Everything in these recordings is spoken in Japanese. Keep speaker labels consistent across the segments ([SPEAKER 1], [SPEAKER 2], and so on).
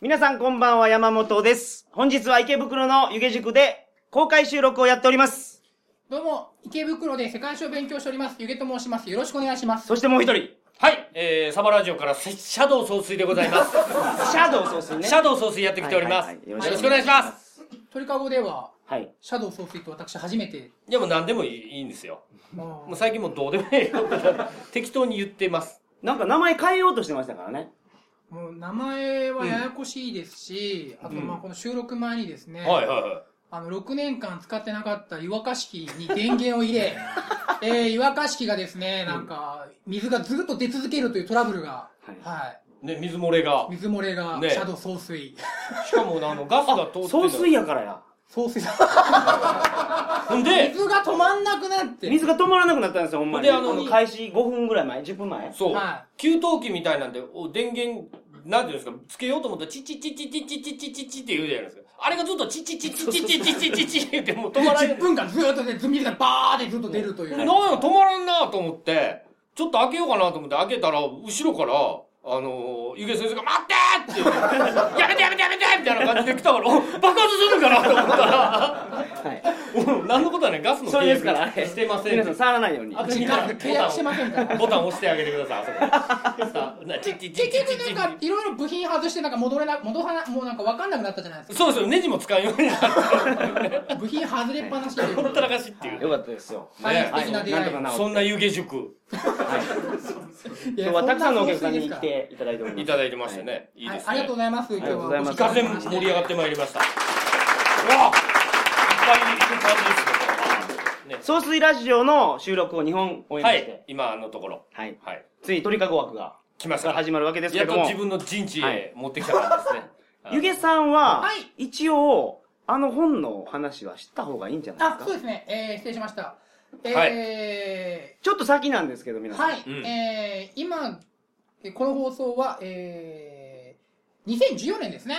[SPEAKER 1] 皆さんこんばんは、山本です。本日は池袋の湯気塾で公開収録をやっております。
[SPEAKER 2] どうも、池袋で世界史を勉強しております。ゆげと申します。よろしくお願いします。
[SPEAKER 1] そしてもう一人、
[SPEAKER 3] はい、えー、サマラジオからシャドウ総帥でございます。
[SPEAKER 1] シャドウ総帥ね。
[SPEAKER 3] シャドウ総帥やってきております。
[SPEAKER 1] はいはい
[SPEAKER 3] よ
[SPEAKER 1] はい
[SPEAKER 3] ろしくお願いします。
[SPEAKER 2] 鳥かごでは、
[SPEAKER 1] はい。
[SPEAKER 2] シャドウ総帥と私初めて、
[SPEAKER 3] いやもう何でもいいいいんですよ。
[SPEAKER 2] も
[SPEAKER 3] もう最近もうどうでもいいよ。適当に言ってます。
[SPEAKER 1] なんか名前変えようとしてましたからね。
[SPEAKER 2] うもう名前はややこしいですし、あとまあこの収録前にですね、
[SPEAKER 3] はいはいは。
[SPEAKER 2] あの6年間使ってなかった湯沸かし器に電源を入れ、えー、湯沸かし器がですね、なんか、水がずっと出続けるというトラブルが、
[SPEAKER 1] はい
[SPEAKER 2] はい
[SPEAKER 3] ね、水漏れが
[SPEAKER 2] い。。水漏れが、
[SPEAKER 3] ね
[SPEAKER 2] シャドウ総帥。
[SPEAKER 3] しかもあのガスが通って
[SPEAKER 1] 総帥やからや。
[SPEAKER 2] 総帥だ。
[SPEAKER 3] ほんで、
[SPEAKER 2] 水が止まんなくなって。
[SPEAKER 1] 水が止まらなくなったんですよ、ほんまに。
[SPEAKER 3] で
[SPEAKER 1] あ
[SPEAKER 3] あの
[SPEAKER 1] の、開始5分ぐらい前 ?10 分前
[SPEAKER 3] そう、
[SPEAKER 2] は
[SPEAKER 3] 給湯器みたいなんで、お電源、なんていうんですか、つけようと思ったら、チッチッチッチッチッチッチッチッチッチッって言うじゃないですか。あれがずっとチッチッチッチッチッチッチッチッチッチッって言ってもう止まらない
[SPEAKER 2] 10。分間ずーっとね、水がバーってずっと出るという。
[SPEAKER 3] なんや止まらんなと思って、ちょっと開けようかなと思って開けたら、後ろから、あのー、ゆげ先生が、待ってーって言って、やめてやめてやめてみたいな感じで来たから、お爆発するかなと思っ
[SPEAKER 1] はい。
[SPEAKER 3] たら、うん何のことはね、ガスの
[SPEAKER 1] それですから、
[SPEAKER 3] 契約してません
[SPEAKER 1] 皆さん触らないように。
[SPEAKER 3] あと
[SPEAKER 2] 違う
[SPEAKER 3] 2回
[SPEAKER 2] 契約してませんから。
[SPEAKER 3] ボタン押してあげてください、あそこ。さあなチッチッチッ
[SPEAKER 2] 結
[SPEAKER 3] チッチッチ
[SPEAKER 2] 局
[SPEAKER 3] ッ
[SPEAKER 2] なんかいろいろ部品外してなんか戻れな戻さなもうなんか分かんなくなったじゃないです
[SPEAKER 3] そうですよ、ネジも使うようになって、
[SPEAKER 2] か。部品外れっぱなしで。
[SPEAKER 3] ほったらかしっていう。
[SPEAKER 1] よかったですよ。
[SPEAKER 2] 大変素
[SPEAKER 3] は
[SPEAKER 2] 敵な出
[SPEAKER 1] なん
[SPEAKER 2] 会い
[SPEAKER 1] と。かな
[SPEAKER 3] そんな湯気塾
[SPEAKER 1] 今
[SPEAKER 2] いや
[SPEAKER 1] 日はたくさんのお客
[SPEAKER 2] そ
[SPEAKER 1] さん
[SPEAKER 2] な
[SPEAKER 1] に来ていただいております。
[SPEAKER 3] いただいてましたね。いい
[SPEAKER 2] は
[SPEAKER 3] で
[SPEAKER 2] い
[SPEAKER 3] す
[SPEAKER 2] ありが
[SPEAKER 3] ね
[SPEAKER 2] とうご。ざいます。今日は
[SPEAKER 1] ありがとうござ
[SPEAKER 3] いか
[SPEAKER 1] い
[SPEAKER 3] ぜん
[SPEAKER 1] ま
[SPEAKER 3] 盛り上がってまいりました。うわいっぱい行く感じですね。
[SPEAKER 1] 総帥ラジオの収録を2本終
[SPEAKER 3] ね
[SPEAKER 1] えま
[SPEAKER 3] は
[SPEAKER 1] して、、
[SPEAKER 3] い今のところ。
[SPEAKER 1] はい。
[SPEAKER 3] はい。
[SPEAKER 1] ついに鳥かご枠が
[SPEAKER 3] 来ましたか。
[SPEAKER 1] 始まるわけですけ
[SPEAKER 3] やっ
[SPEAKER 1] ど
[SPEAKER 3] と
[SPEAKER 1] も
[SPEAKER 3] 自、分の陣地へ持ってきた感じですね。
[SPEAKER 1] ゆげさんは
[SPEAKER 2] は、
[SPEAKER 1] 一応、あの本の話は知った方がいいんじゃない
[SPEAKER 2] あ
[SPEAKER 1] です
[SPEAKER 2] そう
[SPEAKER 1] か
[SPEAKER 2] ですね。えー、失礼しました。
[SPEAKER 3] はい
[SPEAKER 2] え
[SPEAKER 1] ちょっと先なんですけど、
[SPEAKER 2] ー、
[SPEAKER 1] 皆さん。
[SPEAKER 2] はい。
[SPEAKER 3] うん
[SPEAKER 2] えー、今えーこの放送はえー、2014年ですね。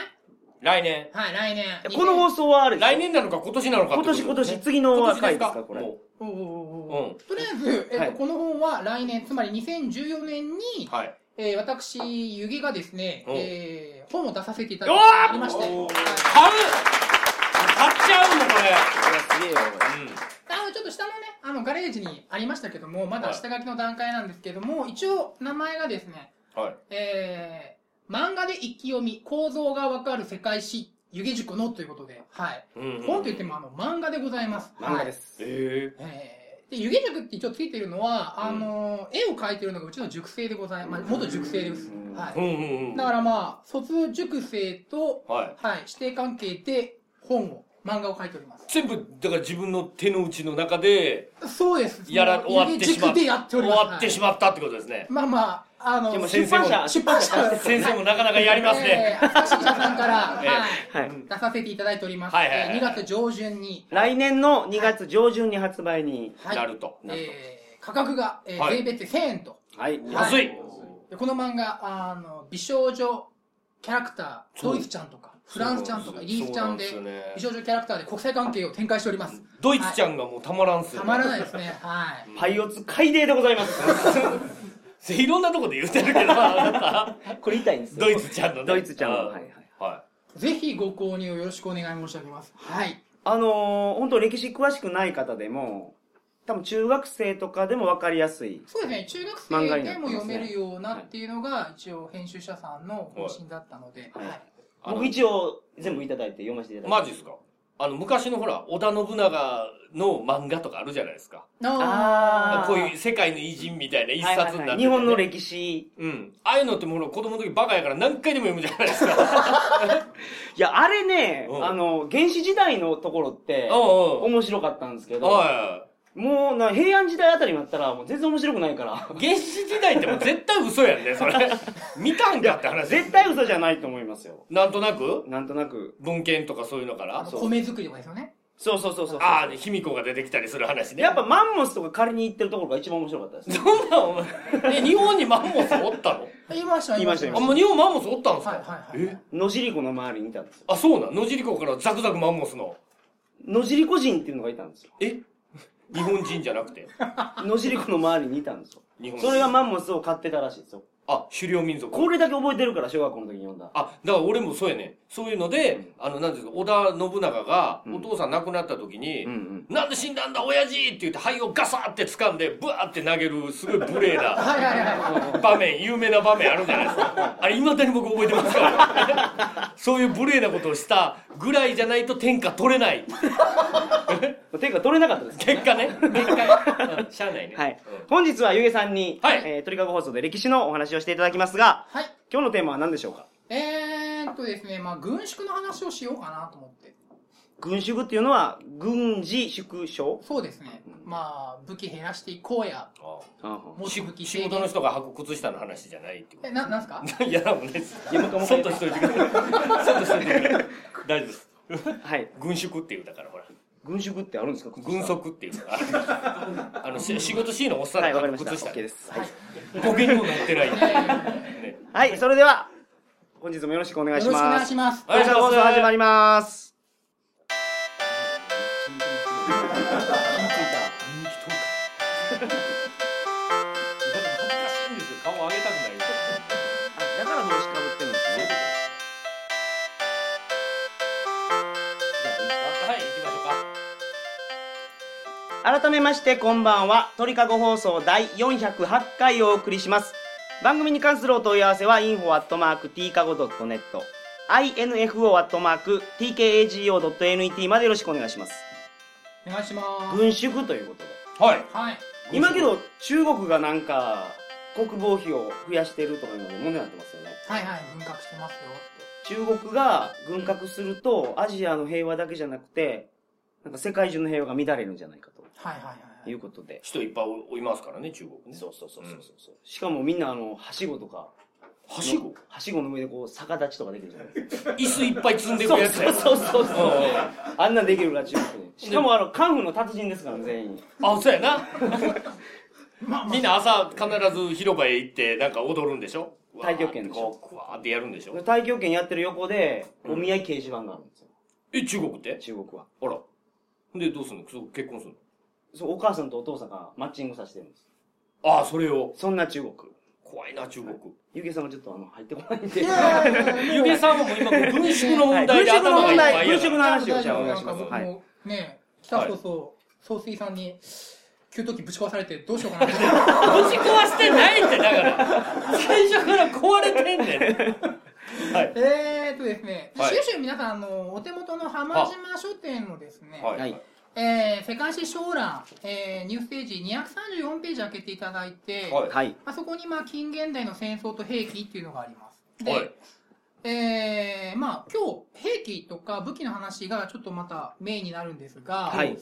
[SPEAKER 3] 来年。
[SPEAKER 2] はい来年。
[SPEAKER 1] この放送はある
[SPEAKER 3] 来年なのか今年なのか
[SPEAKER 1] 今
[SPEAKER 3] ってこと
[SPEAKER 1] 年
[SPEAKER 3] ですね
[SPEAKER 1] 今年、次の
[SPEAKER 3] 今年
[SPEAKER 1] 回
[SPEAKER 3] で
[SPEAKER 1] です
[SPEAKER 3] す
[SPEAKER 1] か
[SPEAKER 3] か
[SPEAKER 1] これ。
[SPEAKER 3] も
[SPEAKER 2] おーおーおーおー
[SPEAKER 3] う
[SPEAKER 2] とりあえず、えっと
[SPEAKER 1] はい
[SPEAKER 2] この本は来年つまり2014年に、
[SPEAKER 3] ん。はい。
[SPEAKER 2] えー私湯気がですね、
[SPEAKER 3] お
[SPEAKER 2] えー本を出させていた
[SPEAKER 3] う
[SPEAKER 2] だ
[SPEAKER 3] わ
[SPEAKER 2] いており
[SPEAKER 3] ー
[SPEAKER 2] まして、はい
[SPEAKER 3] 買う買っちゃうのこ
[SPEAKER 1] すげえよ。
[SPEAKER 3] れ。うん。
[SPEAKER 2] あのちょっと下のねあのガレージにありましたけどもまだ下書きの段階なんですけども、一応名前がですね、
[SPEAKER 3] はい。
[SPEAKER 2] えー漫画で一気読み構造がわかる世界史湯気塾のということで、はい
[SPEAKER 3] うん
[SPEAKER 2] 本と言ってもあの漫画でございます。
[SPEAKER 1] 漫画で
[SPEAKER 2] はい
[SPEAKER 1] す。
[SPEAKER 3] え
[SPEAKER 2] えーで湯気塾って一応ついてるのは、
[SPEAKER 3] うん
[SPEAKER 2] あの絵を描いてるのがうちの塾生でございます、元塾生です、
[SPEAKER 1] うん
[SPEAKER 2] はい
[SPEAKER 3] え。うんうんうん。
[SPEAKER 2] だからまあ、卒塾生と、
[SPEAKER 3] はい。
[SPEAKER 2] はい、指定関係で本を、漫画を書いております。
[SPEAKER 3] 全部、だから自分の手の内の中で、
[SPEAKER 2] そうです。
[SPEAKER 3] やら、終わってしま
[SPEAKER 2] 塾でやっており
[SPEAKER 3] 終
[SPEAKER 2] ます。
[SPEAKER 3] わってしまったってことですね。
[SPEAKER 2] まあまあ、あの、
[SPEAKER 1] でも
[SPEAKER 2] 出
[SPEAKER 1] 出版社、
[SPEAKER 2] 出版社
[SPEAKER 3] 先生もなかなかやりますね。
[SPEAKER 2] えー朝日社さんから、はい
[SPEAKER 3] え、
[SPEAKER 1] はい。
[SPEAKER 2] 出させていただいております。
[SPEAKER 3] はいはいはい
[SPEAKER 2] えー2月上旬に、
[SPEAKER 1] 来年の2月上旬に発売に。
[SPEAKER 2] はい、
[SPEAKER 3] なると。
[SPEAKER 2] えー価格が、えー
[SPEAKER 3] はい
[SPEAKER 2] 税別1000円と。
[SPEAKER 1] はい。
[SPEAKER 3] 安い。
[SPEAKER 2] でこの漫画、あの、美少女キャラクター、ドイツちゃんとか、フランスちゃんとか、イギリスちゃんで
[SPEAKER 3] そう、な
[SPEAKER 2] 美
[SPEAKER 3] んですよね
[SPEAKER 2] 少女キャラクターで国際関係を展開しております。
[SPEAKER 3] ドイツちゃんがもうたまらんっすよ
[SPEAKER 2] た
[SPEAKER 3] ね
[SPEAKER 2] まらないですね。はい。
[SPEAKER 1] パイオツ海底でございます。
[SPEAKER 3] いろんなとこで言って るけど、あな
[SPEAKER 1] これ痛いんです
[SPEAKER 3] た
[SPEAKER 1] よ。
[SPEAKER 3] ドイツちゃんのね。
[SPEAKER 1] ドイツちゃんの
[SPEAKER 3] あー
[SPEAKER 1] はいはい
[SPEAKER 3] は
[SPEAKER 2] ぜひご購入をよろしくお願い申し上げます。はい。
[SPEAKER 1] あのー、本当歴史詳しくない方でも、多分中学生とかでも分かりやすい。
[SPEAKER 2] そうですね。中学
[SPEAKER 1] 漫画にな
[SPEAKER 2] 生
[SPEAKER 1] っ
[SPEAKER 2] で
[SPEAKER 1] て
[SPEAKER 2] も
[SPEAKER 1] ますね
[SPEAKER 2] 読めるようなっていうのが、一応編集者さんの方針だったので。
[SPEAKER 1] は
[SPEAKER 2] はいい。
[SPEAKER 3] あの
[SPEAKER 1] 僕一応全部いただいて読ませていただい
[SPEAKER 3] い。
[SPEAKER 1] て。
[SPEAKER 3] マジですかあの、昔のほら、織田信長の漫画とかあるじゃないですか。
[SPEAKER 1] あー
[SPEAKER 3] こういう世界の偉人みたいな一冊になって
[SPEAKER 1] は
[SPEAKER 3] て
[SPEAKER 1] いは
[SPEAKER 3] ね、
[SPEAKER 1] いはい日本の歴史。
[SPEAKER 3] うん。ああいうのってもうほら子供の時バカやから何回でも読むじゃないですか。
[SPEAKER 1] いや、あれね、
[SPEAKER 3] うん
[SPEAKER 1] あの、原始時代のところって、
[SPEAKER 3] うんうん。
[SPEAKER 1] 面白かったんですけど、
[SPEAKER 3] はい。
[SPEAKER 1] もうな、平安時代あたりになったら、もう全然面白くないから。
[SPEAKER 3] 原始時代ってもう絶対嘘や んね、それ。見たんかって話。
[SPEAKER 1] 絶対嘘じゃないと思いますよ。
[SPEAKER 3] なんとなく
[SPEAKER 1] なんとなく。
[SPEAKER 3] 文献とかそういうのか
[SPEAKER 2] あ
[SPEAKER 3] ら
[SPEAKER 2] の、。
[SPEAKER 1] そう
[SPEAKER 2] 米作りとかですよね。
[SPEAKER 1] そうそうそうそう。
[SPEAKER 3] ああ、で卑弥呼が出てきたりする話ね。
[SPEAKER 1] やっぱ、マンモスとか借りに行ってるところが一番面白かったですね。
[SPEAKER 3] そんなんお 前、え、日本にマンモスお ったの
[SPEAKER 2] 言いました、
[SPEAKER 1] 言いました
[SPEAKER 3] あ、もう日本マンモスおったんですか
[SPEAKER 2] はいはいはい
[SPEAKER 3] え
[SPEAKER 1] 野尻湖の周りにいたんですよ。
[SPEAKER 3] あ、そうなん野尻湖からザクザクマンモスの。
[SPEAKER 1] 野尻湖人っていうのがいたんですよ。
[SPEAKER 3] え日本人じゃなくて。
[SPEAKER 1] 野尻湖の周りにいたんですよ。
[SPEAKER 3] 日本人
[SPEAKER 1] それがマンモスを買ってたらしいですよ。
[SPEAKER 3] あ狩猟民族
[SPEAKER 1] これだけ覚えてるから、小学校の時に読んだ。
[SPEAKER 3] あだから俺もそうやねそういうので、あのなんていうんですか織田信長が
[SPEAKER 1] うん
[SPEAKER 3] お父さん亡くなった時に「
[SPEAKER 1] うんうん。
[SPEAKER 3] なんで死んだんだ親父!」って言って肺をガサって掴んでブワーって投げるすごい無礼な
[SPEAKER 2] はいはいはい。
[SPEAKER 3] 場面有名な場面あるじゃないですかあれいまだに僕覚えてますからそういう無礼なことをしたぐらいじゃないと天下取れない
[SPEAKER 1] てか、取れなかったです。
[SPEAKER 3] 結果ね結果、うんしゃあないね、
[SPEAKER 1] はい。本日はゆげさんに、
[SPEAKER 3] はい
[SPEAKER 1] えー鳥かご放送で歴史のお話をしていただきますが、
[SPEAKER 2] はい。
[SPEAKER 1] 今日のテーマは何でしょうか
[SPEAKER 2] えーっとですね、まあ、軍縮の話をしようかなと思って。
[SPEAKER 1] 軍縮っていうのは、軍事縮小
[SPEAKER 2] そうですね。まあ、武器減らしていこうや。
[SPEAKER 3] う
[SPEAKER 2] も
[SPEAKER 3] ん
[SPEAKER 2] っ
[SPEAKER 3] 仕
[SPEAKER 2] と武器
[SPEAKER 3] 仕事の人が履く靴下の話じゃないってこ
[SPEAKER 2] え、な、なんす か
[SPEAKER 3] といやなんもないです
[SPEAKER 1] いやもう一回もう一回
[SPEAKER 3] そっとしといてくださ いそっとしといてください大丈夫です
[SPEAKER 1] はい。
[SPEAKER 3] 軍縮っていうだからほら
[SPEAKER 1] 軍縮ってあるんですか
[SPEAKER 3] 軍。足っていうのが あのし仕事しいのおっさん
[SPEAKER 1] は
[SPEAKER 3] が
[SPEAKER 1] い、わかり
[SPEAKER 3] 履
[SPEAKER 1] ま
[SPEAKER 3] く
[SPEAKER 1] した。
[SPEAKER 3] 靴下
[SPEAKER 1] OK です。はい。
[SPEAKER 3] ボケにも乗ってないね
[SPEAKER 1] はい、それでは、本日もよろしくお願いし
[SPEAKER 2] よろしくお
[SPEAKER 1] ま
[SPEAKER 2] 願い
[SPEAKER 1] す
[SPEAKER 2] し。ます。
[SPEAKER 1] 鳥かご放送始まります。
[SPEAKER 3] 人気投下恥ずかしいんですよ顔上げたくない
[SPEAKER 1] あだから帽子かぶってるんですね。じゃあいいですか
[SPEAKER 3] はい行きましょうか
[SPEAKER 1] 改めましてこんばんは鳥かご放送第408回をお送りします番組に関するお問い合わせは info.tkago.net info.tkago.net までよろしくお願いします
[SPEAKER 2] お願いします。
[SPEAKER 1] 軍縮ということで
[SPEAKER 3] はい
[SPEAKER 2] はい。
[SPEAKER 1] 今けど中國がなんか国防費を増やしてるとかいうので問題になってますよね
[SPEAKER 2] はいはい、軍拡してますよ。
[SPEAKER 1] 中国が軍拡するとアジアの平和だけじゃなくてなんか世界中の平和が乱れるんじゃないか
[SPEAKER 2] はいはいはい
[SPEAKER 1] と
[SPEAKER 2] はいい。
[SPEAKER 1] うことで
[SPEAKER 3] 人いっぱいおいますからね中国ね
[SPEAKER 1] そうそうそうそうそうそう、しかもみんなあのはしごとか
[SPEAKER 3] はしご
[SPEAKER 1] はしごの上でこう逆立ちとかできるじゃないですか
[SPEAKER 3] 椅子いっぱい積んでいくや つや
[SPEAKER 1] そうそうそうそう
[SPEAKER 3] うん
[SPEAKER 1] あんなんできるから中国でしかもあのカンフーの達人ですからね全員
[SPEAKER 3] あそうやな
[SPEAKER 2] まあま
[SPEAKER 3] みんな朝必ず広場へ行ってなんか踊るんでしょ
[SPEAKER 1] 太極拳でしょ
[SPEAKER 3] こうわーってやるんでしょ
[SPEAKER 1] 太極拳やってる横でお見合い掲示板があるんですよ
[SPEAKER 3] え中国って
[SPEAKER 1] 中国は
[SPEAKER 3] あらでどうすんのそう結婚する
[SPEAKER 1] そうお母さんとお父さんがマッチングさせてるんです
[SPEAKER 3] のああそれを
[SPEAKER 1] そんな中国
[SPEAKER 3] 怖いな中国
[SPEAKER 1] ゆげさんはちょっとあの入ってこないん
[SPEAKER 2] あ。
[SPEAKER 1] で
[SPEAKER 2] いやいやいやいや
[SPEAKER 3] ゆげさんはもう今軍縮の問
[SPEAKER 1] は
[SPEAKER 3] 題
[SPEAKER 1] い軍
[SPEAKER 3] で
[SPEAKER 1] 縮の問
[SPEAKER 3] 頭がいっ
[SPEAKER 1] 題
[SPEAKER 3] ぱいや
[SPEAKER 1] 軍縮
[SPEAKER 3] か
[SPEAKER 1] の話をじゃあ
[SPEAKER 2] 大
[SPEAKER 1] お
[SPEAKER 2] 丈夫
[SPEAKER 1] 願いします
[SPEAKER 2] なん か僕もね、来た人と、総帥さんに、給湯器ぶち壊されてどうしようかなって。
[SPEAKER 3] らぶち壊してないってだから最初から壊れてん ねん
[SPEAKER 2] えーっとですね、
[SPEAKER 3] はい
[SPEAKER 2] 収集皆さん、あの、お手元の浜島書店のですね、
[SPEAKER 3] はい
[SPEAKER 1] はい
[SPEAKER 2] えー世界史小覧、えーニュースページ234ページ開けていただいて、
[SPEAKER 3] はい
[SPEAKER 1] はい
[SPEAKER 2] あそこに、まあ、近現代の戦争と兵器っていうのがあります。で、
[SPEAKER 3] はい
[SPEAKER 2] えーまあ、今日、兵器とか武器の話がちょっとまたメインになるんですが、
[SPEAKER 1] はい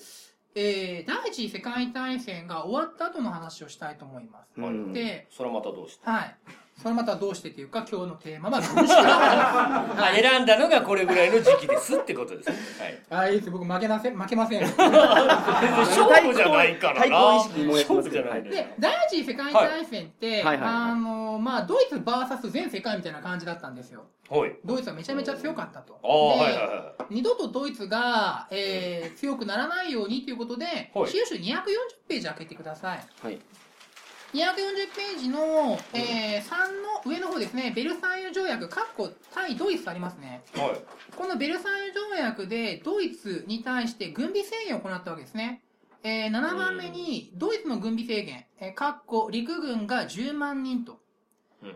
[SPEAKER 2] えー第一次世界大戦が終わった後の話をしたいと思います。
[SPEAKER 1] うん
[SPEAKER 2] で、
[SPEAKER 3] それはまたどうして
[SPEAKER 2] はい。それまたどうしてというか、今日のテーマは軍 縮の話です。
[SPEAKER 3] まあ選んだのがこれぐらいの時期ですってことですねはい
[SPEAKER 2] あ、いいです。僕負けなせ、負けません。
[SPEAKER 3] 勝負じゃないからな
[SPEAKER 1] 対抗意識もやって
[SPEAKER 3] 勝
[SPEAKER 1] ます
[SPEAKER 3] 負
[SPEAKER 1] け
[SPEAKER 3] じゃ
[SPEAKER 1] ど
[SPEAKER 3] ないね
[SPEAKER 2] で、第一次世界大戦って、
[SPEAKER 1] はいはいはいはい
[SPEAKER 2] あの、まあ、ドイツ VS 全世界みたいな感じだったんですよ。
[SPEAKER 3] はい
[SPEAKER 2] ドイツはめちゃめちゃ強かったと。
[SPEAKER 3] ああ
[SPEAKER 2] で
[SPEAKER 3] はいはいはい
[SPEAKER 2] 二度とドイツが、えー強くならないようにということで、
[SPEAKER 3] はい
[SPEAKER 2] 資料集240ページ開けてください。
[SPEAKER 1] はい
[SPEAKER 2] 240ページの、えー3の上の方ですね、ベルサイユ条約、かっこ対ドイツとありますね。
[SPEAKER 3] はい
[SPEAKER 2] このベルサイユ条約でドイツに対して軍備制限を行ったわけですね。えー7番目にドイツの軍備制限、えー、かっこ陸軍が10万人と。
[SPEAKER 3] うん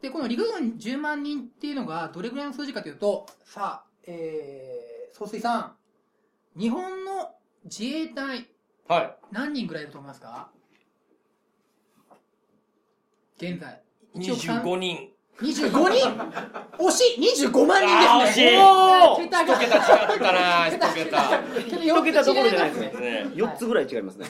[SPEAKER 2] で、この陸軍10万人っていうのがどれぐらいの数字かというと、さあ、えー、総帥さん、日本の自衛隊
[SPEAKER 3] はい
[SPEAKER 2] 何人ぐらいいると思いますか現在。一億三
[SPEAKER 3] 25人
[SPEAKER 2] 25人 惜しい !25 万人ですね
[SPEAKER 3] あー惜しい
[SPEAKER 2] 桁
[SPEAKER 3] 一
[SPEAKER 2] が
[SPEAKER 3] 桁違ったな一桁
[SPEAKER 2] 一
[SPEAKER 1] 桁どころじゃないです ね
[SPEAKER 3] ね
[SPEAKER 1] 4つぐらい違いますね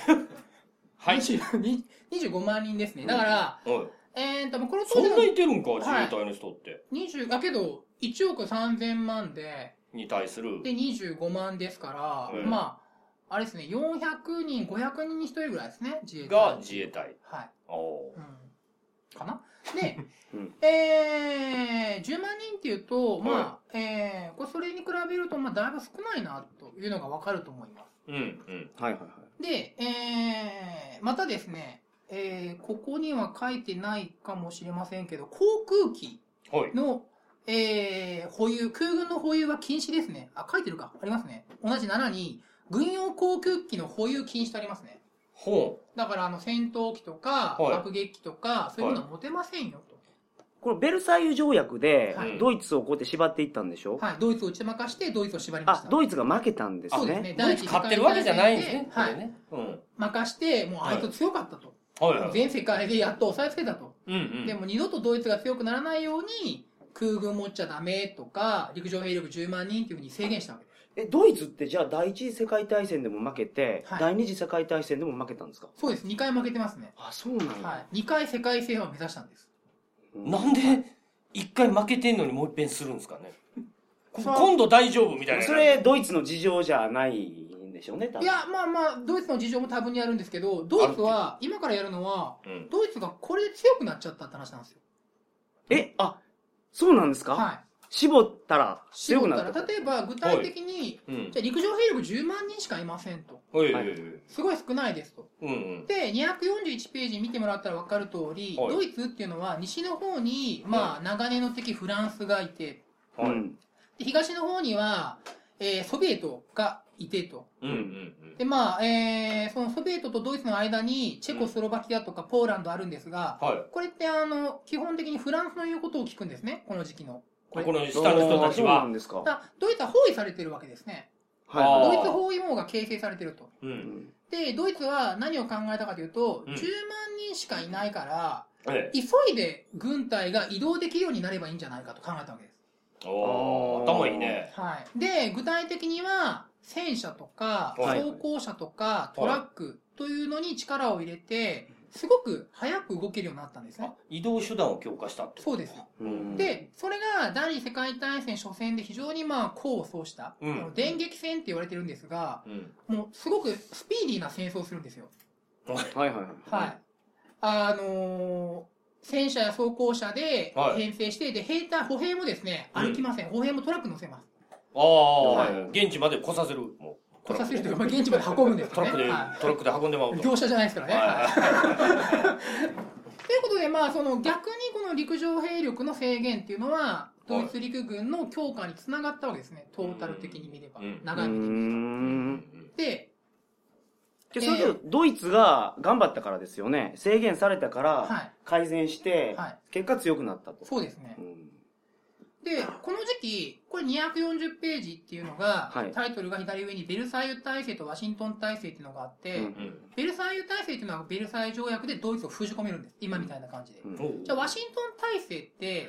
[SPEAKER 3] はい
[SPEAKER 2] 20 25万人ですね。だから、
[SPEAKER 3] おい
[SPEAKER 2] えーっと、この
[SPEAKER 3] そ
[SPEAKER 2] 当
[SPEAKER 3] ん
[SPEAKER 2] 時
[SPEAKER 3] な
[SPEAKER 2] の
[SPEAKER 3] いてるんか自衛隊の人って
[SPEAKER 2] 20、だけど、1億3000万で、
[SPEAKER 3] に対する
[SPEAKER 2] で、25万ですから、
[SPEAKER 3] うん
[SPEAKER 2] まあ、あれですね、400人、500人に1人ぐらいですね、自衛隊。
[SPEAKER 3] が自衛隊
[SPEAKER 2] はい。
[SPEAKER 3] おお
[SPEAKER 2] うん、かな で、
[SPEAKER 1] うん
[SPEAKER 2] えー、10万人っていうと、まあ、
[SPEAKER 3] は
[SPEAKER 2] えー、これそれに比べると、まあ、だいぶ少ないな、というのがわかると思います。
[SPEAKER 3] うんうん
[SPEAKER 1] はいはいはい
[SPEAKER 2] で、えー、またですね、えーここには書いてないかもしれませんけど、航空機
[SPEAKER 3] はい。
[SPEAKER 2] の、えー保有、空軍の保有は禁止ですね。あ、書いてるか。ありますね。同じ7に、軍用航空機の保有禁止とありますね。
[SPEAKER 3] ほ
[SPEAKER 2] だから、あの、戦闘機とか、
[SPEAKER 3] はい
[SPEAKER 2] 爆撃機とか、そういうものは持てませんよ、と。
[SPEAKER 1] これベルサイユ条約で
[SPEAKER 3] はい
[SPEAKER 1] ドイツをこうやって縛っていったんでしょ、
[SPEAKER 2] はい、ドイツを打ちまかして、ドイツを縛りまし
[SPEAKER 1] あ
[SPEAKER 2] た。
[SPEAKER 1] ドイツが負けたんです
[SPEAKER 2] そうですね
[SPEAKER 1] ね。
[SPEAKER 2] 第一
[SPEAKER 3] う。
[SPEAKER 2] 次
[SPEAKER 3] 買ってるわけじゃないんですね。
[SPEAKER 2] は
[SPEAKER 3] これ
[SPEAKER 2] い。
[SPEAKER 3] ね。うん。
[SPEAKER 2] 任して、もうあいつ強かったと。
[SPEAKER 3] はいはい。
[SPEAKER 2] 全世界でやっと抑えつけたと。
[SPEAKER 3] うんうん。
[SPEAKER 2] でも二度とドイツが強くならないように、空軍持っちゃダメとか、陸上兵力10万人っていうふうに制限したわけです。
[SPEAKER 1] えドイツってじゃあ第一次世界大戦でも負けて、
[SPEAKER 2] はい
[SPEAKER 1] 第二次世界大戦でも負けたんですか
[SPEAKER 2] そうです。2回負けてますね。
[SPEAKER 1] あそうなんや、
[SPEAKER 2] はい。2回世界制覇を目指したんです。
[SPEAKER 1] うん
[SPEAKER 3] なんで、一回負けてんのにもう一遍するんですかね。こ
[SPEAKER 1] そう
[SPEAKER 3] 今度大丈夫みたいな。
[SPEAKER 1] それドイツの事情じゃないんでしょうね多分
[SPEAKER 2] いや、まあまあ、ドイツの事情も多分にあるんですけど、ドイツは、今からやるのは、
[SPEAKER 3] うん。
[SPEAKER 2] ドイツがこれで強くなっちゃったって話なんですよ。
[SPEAKER 1] えあそうなんですか、
[SPEAKER 2] はい。
[SPEAKER 1] 絞ったら強くな
[SPEAKER 2] 絞
[SPEAKER 1] っ
[SPEAKER 2] った
[SPEAKER 1] た
[SPEAKER 2] ら例えば、具体的に、
[SPEAKER 3] うん。
[SPEAKER 2] じゃあ陸上兵力10万人しかいませんと。
[SPEAKER 3] はい
[SPEAKER 1] は
[SPEAKER 3] はいいはい。
[SPEAKER 2] すごい少ないですと。
[SPEAKER 3] うんうん。
[SPEAKER 2] で、241ページ見てもらったら分かる通り、
[SPEAKER 3] はい
[SPEAKER 2] ドイツっていうのは西の方に、まあ、長年の敵フランスがいて、
[SPEAKER 1] う
[SPEAKER 3] はい。うん
[SPEAKER 1] ん
[SPEAKER 2] で東の方には、えーソビエトがいてと。
[SPEAKER 3] うんうん。
[SPEAKER 2] で、まあ、えーそのソビエトとドイツの間に、チェコスロバキアとかポーランドあるんですが、
[SPEAKER 3] はい。
[SPEAKER 2] これってあの、基本的にフランスの言うことを聞くんですね、この時期の。こ
[SPEAKER 3] こ
[SPEAKER 2] れ
[SPEAKER 3] の下の人たち
[SPEAKER 1] そうな
[SPEAKER 3] は
[SPEAKER 1] ん。ですか
[SPEAKER 2] だからドイツは包囲されてるわけですね。
[SPEAKER 3] あ
[SPEAKER 1] は
[SPEAKER 2] ド
[SPEAKER 3] ー
[SPEAKER 2] イツ包囲網が形成されてると。
[SPEAKER 3] う。
[SPEAKER 1] い、うんん
[SPEAKER 2] で、ドイツは何を考えたかというと、
[SPEAKER 3] う
[SPEAKER 2] 10
[SPEAKER 3] ん
[SPEAKER 2] 万人しかいないから、
[SPEAKER 3] え
[SPEAKER 2] 急いで軍隊が移動できるようになればいいんじゃないかと考えたわけです。
[SPEAKER 3] え。おー、頭いいね。
[SPEAKER 2] はい。で、具体的には、戦車とか、
[SPEAKER 3] はい
[SPEAKER 2] 装甲車とか、トラックというのに力を入れて、すごく早く動けるようになったんですね
[SPEAKER 3] あ。移動手段を強化したってこと
[SPEAKER 2] そうです。
[SPEAKER 1] うん
[SPEAKER 2] で、それが第二次世界大戦初戦で非常にまあ功を奏した、
[SPEAKER 3] うん
[SPEAKER 2] あの電撃戦って言われてるんですが、
[SPEAKER 3] うん。
[SPEAKER 2] もうすごくスピーディーな戦争をするんですよ。
[SPEAKER 1] はいはい
[SPEAKER 2] はい。あのー戦車や装甲車で
[SPEAKER 3] はい
[SPEAKER 2] 編成して、で、兵隊、歩兵もですね、
[SPEAKER 3] うん
[SPEAKER 2] 歩きません。歩兵もトラック乗せます。
[SPEAKER 3] ああ、
[SPEAKER 2] はい
[SPEAKER 3] はい。現地まで来させる。もう。
[SPEAKER 2] 来させるというか、まあ、現地まで運ぶんです
[SPEAKER 3] ト
[SPEAKER 2] よ
[SPEAKER 3] ラ
[SPEAKER 2] ね。
[SPEAKER 3] ックで
[SPEAKER 2] は、
[SPEAKER 3] トラックで運んでまう
[SPEAKER 2] い。
[SPEAKER 3] と。
[SPEAKER 2] 業者じゃないですからね。はい
[SPEAKER 3] は
[SPEAKER 2] ということで、まあ、その逆にこの陸上兵力の制限っていうのは、ドイツ陸軍の強化につながったわけですね。トータル的に見れば。
[SPEAKER 3] うん
[SPEAKER 1] う
[SPEAKER 2] 長い目で
[SPEAKER 1] ー
[SPEAKER 2] 見れば。
[SPEAKER 3] い。う
[SPEAKER 1] ん
[SPEAKER 3] ん。
[SPEAKER 2] で、
[SPEAKER 1] でそれとドイツが頑張ったからですよね制限されたから
[SPEAKER 2] は
[SPEAKER 1] 改善して、
[SPEAKER 2] い。はい。
[SPEAKER 1] 結果強くなったと
[SPEAKER 2] そうですね
[SPEAKER 1] う。ん
[SPEAKER 2] で、この時期、これ240ページっていうのが、
[SPEAKER 1] はい
[SPEAKER 2] タイトルが左上にベルサイユ体制とワシントン体制っていうのがあって、
[SPEAKER 1] うん
[SPEAKER 3] うん。
[SPEAKER 2] ベルサイユ体制っていうのはベルサイユ条約でドイツを封じ込めるんです。今みたいな感じで。
[SPEAKER 1] うん
[SPEAKER 3] おう
[SPEAKER 2] じゃあ、ワシントン体制って、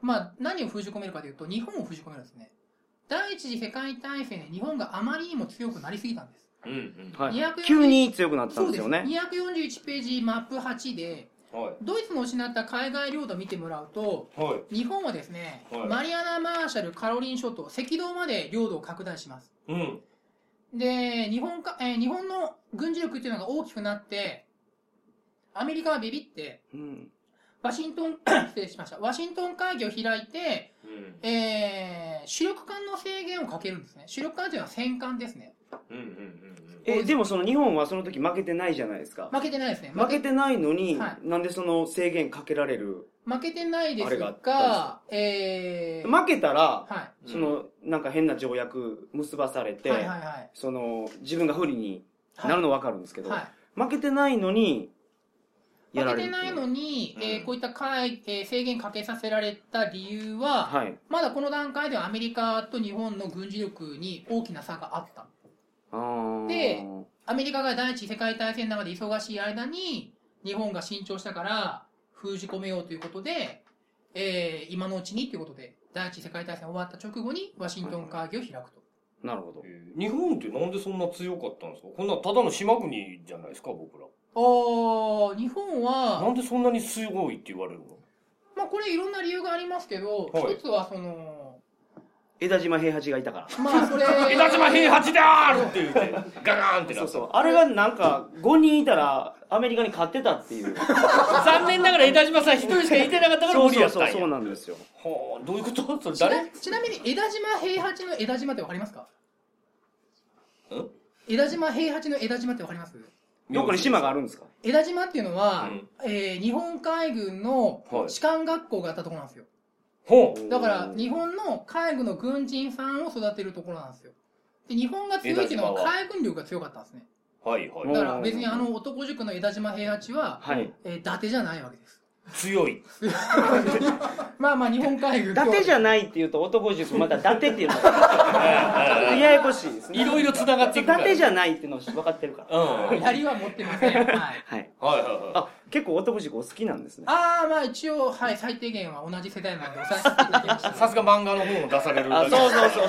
[SPEAKER 2] まあ、何を封じ込めるかというと、日本を封じ込めるんですね。第一次世界大戦で日本があまりにも強くなりすぎたんです。
[SPEAKER 3] うんうん。は
[SPEAKER 1] はい
[SPEAKER 2] 240
[SPEAKER 1] 急に強くなった
[SPEAKER 2] そ
[SPEAKER 1] ん
[SPEAKER 2] う
[SPEAKER 1] で
[SPEAKER 2] ですす。
[SPEAKER 1] よね
[SPEAKER 2] 241ページマップ8で、
[SPEAKER 3] い。
[SPEAKER 2] ドイツの失った海外領土を見てもらうと、
[SPEAKER 3] はい。
[SPEAKER 2] 日本はですね、
[SPEAKER 3] はい
[SPEAKER 2] マリアナ・マーシャル、カロリン諸島、赤道まで領土を拡大します。
[SPEAKER 3] うん。
[SPEAKER 2] で、日本か、えー日本の軍事力っていうのが大きくなって、アメリカはビビって、
[SPEAKER 1] うん
[SPEAKER 2] ワシントン、 失礼しました。ワシントン会議を開いて、
[SPEAKER 3] うん。
[SPEAKER 2] えー主力艦の制限をかけるんですね。主力艦というのは戦艦ですね。
[SPEAKER 3] うんうんうん
[SPEAKER 1] えでもその日本はその時負けてないじゃないですか
[SPEAKER 2] 負けてないですね。
[SPEAKER 1] 負けてないのに、
[SPEAKER 2] は
[SPEAKER 1] なんでその制限かけられる
[SPEAKER 2] 負けてないで
[SPEAKER 1] あれ
[SPEAKER 2] す
[SPEAKER 1] があ
[SPEAKER 2] が
[SPEAKER 1] っ、た
[SPEAKER 2] えー
[SPEAKER 1] 負けたら
[SPEAKER 2] は
[SPEAKER 3] うん。
[SPEAKER 1] そのなんか変な条約結ばされ
[SPEAKER 2] い、
[SPEAKER 1] て、
[SPEAKER 2] はいはいはい。
[SPEAKER 1] その自分が不利になるの分かるんですけど、
[SPEAKER 2] はい
[SPEAKER 1] 負けてないのにやら
[SPEAKER 2] 負
[SPEAKER 1] れ
[SPEAKER 2] け
[SPEAKER 1] る
[SPEAKER 2] て
[SPEAKER 1] って
[SPEAKER 2] ないのに、
[SPEAKER 3] うん
[SPEAKER 2] えーこういった会、えー制限かけさせられた理由は、
[SPEAKER 1] はい
[SPEAKER 2] まだこの段階ではアメリカと日本の軍事力に大きな差があった。
[SPEAKER 1] あー
[SPEAKER 2] でアメリカが第一次世界大戦の中で忙しい間に、日本が伸長したから封じ込めようということで、えー今のうちにということで、第一次世界大戦終わった直後にワシントン会議を開くと。
[SPEAKER 1] なるほど
[SPEAKER 3] えー日本ってなんでそんな強かったんですかこんなただの島国じゃないですか僕ら。
[SPEAKER 2] あー日本
[SPEAKER 3] な
[SPEAKER 2] は、
[SPEAKER 3] んでそんなにすごいって言われるの
[SPEAKER 2] まあこれいろんな理由がありますけど、
[SPEAKER 3] はい
[SPEAKER 2] 一つはその、
[SPEAKER 1] 枝島平八がいたから
[SPEAKER 2] まあそれ、
[SPEAKER 3] 江島平八だーって言って、ガガーンってな
[SPEAKER 1] そう
[SPEAKER 3] った
[SPEAKER 1] そうあれがなんか5人いたらアメリカに勝ってたっていう
[SPEAKER 3] 残念ながら江田島さん一人しかいてなかったから
[SPEAKER 1] そう
[SPEAKER 3] 無理
[SPEAKER 1] そ
[SPEAKER 3] や
[SPEAKER 1] う
[SPEAKER 3] ったん
[SPEAKER 1] そう
[SPEAKER 3] や。
[SPEAKER 1] そうなんですよ
[SPEAKER 3] はあ、どういうことそれ
[SPEAKER 2] ちな
[SPEAKER 3] 誰
[SPEAKER 2] ちなみに枝島平八の枝島ってわかりますか
[SPEAKER 3] ん
[SPEAKER 2] 枝島平八の枝島ってわかります
[SPEAKER 1] どっかに島があるんですか
[SPEAKER 2] 江田島っていうのは、
[SPEAKER 3] うん
[SPEAKER 2] えー日本海軍の
[SPEAKER 3] はい
[SPEAKER 2] 士官学校があったところなんですよ。
[SPEAKER 3] ほう
[SPEAKER 2] だから、日本の海軍の軍人さんを育てるところなんですよ。で、日本が強いっていうの
[SPEAKER 3] 江
[SPEAKER 2] は
[SPEAKER 3] 田島は
[SPEAKER 2] 海軍力が強かったんですね。
[SPEAKER 3] はいは
[SPEAKER 1] うん
[SPEAKER 2] だ
[SPEAKER 3] い
[SPEAKER 2] から別にあの男塾の江田島平八は、
[SPEAKER 1] はい
[SPEAKER 2] えー伊達じゃないわけです。
[SPEAKER 3] 強い
[SPEAKER 2] まあまあ日本海軍
[SPEAKER 1] 伊達じゃ
[SPEAKER 2] ん。
[SPEAKER 1] ないっていうと男塾また伊達っていうのがちょっとややこしいですね
[SPEAKER 3] いろいろ繋がって
[SPEAKER 1] 伊
[SPEAKER 3] いくから
[SPEAKER 1] 達じゃないっていうのを分かってるから
[SPEAKER 3] うんはい
[SPEAKER 2] 槍は持ってません。はい。
[SPEAKER 1] はい
[SPEAKER 3] はいは
[SPEAKER 1] あ結構男塾お好きなんですね
[SPEAKER 2] ああ、まあ一応、はい、最低限は同じ世代なので押さえていただきました
[SPEAKER 3] い。さすが漫画の本を出されるだけ
[SPEAKER 1] あそうそうそう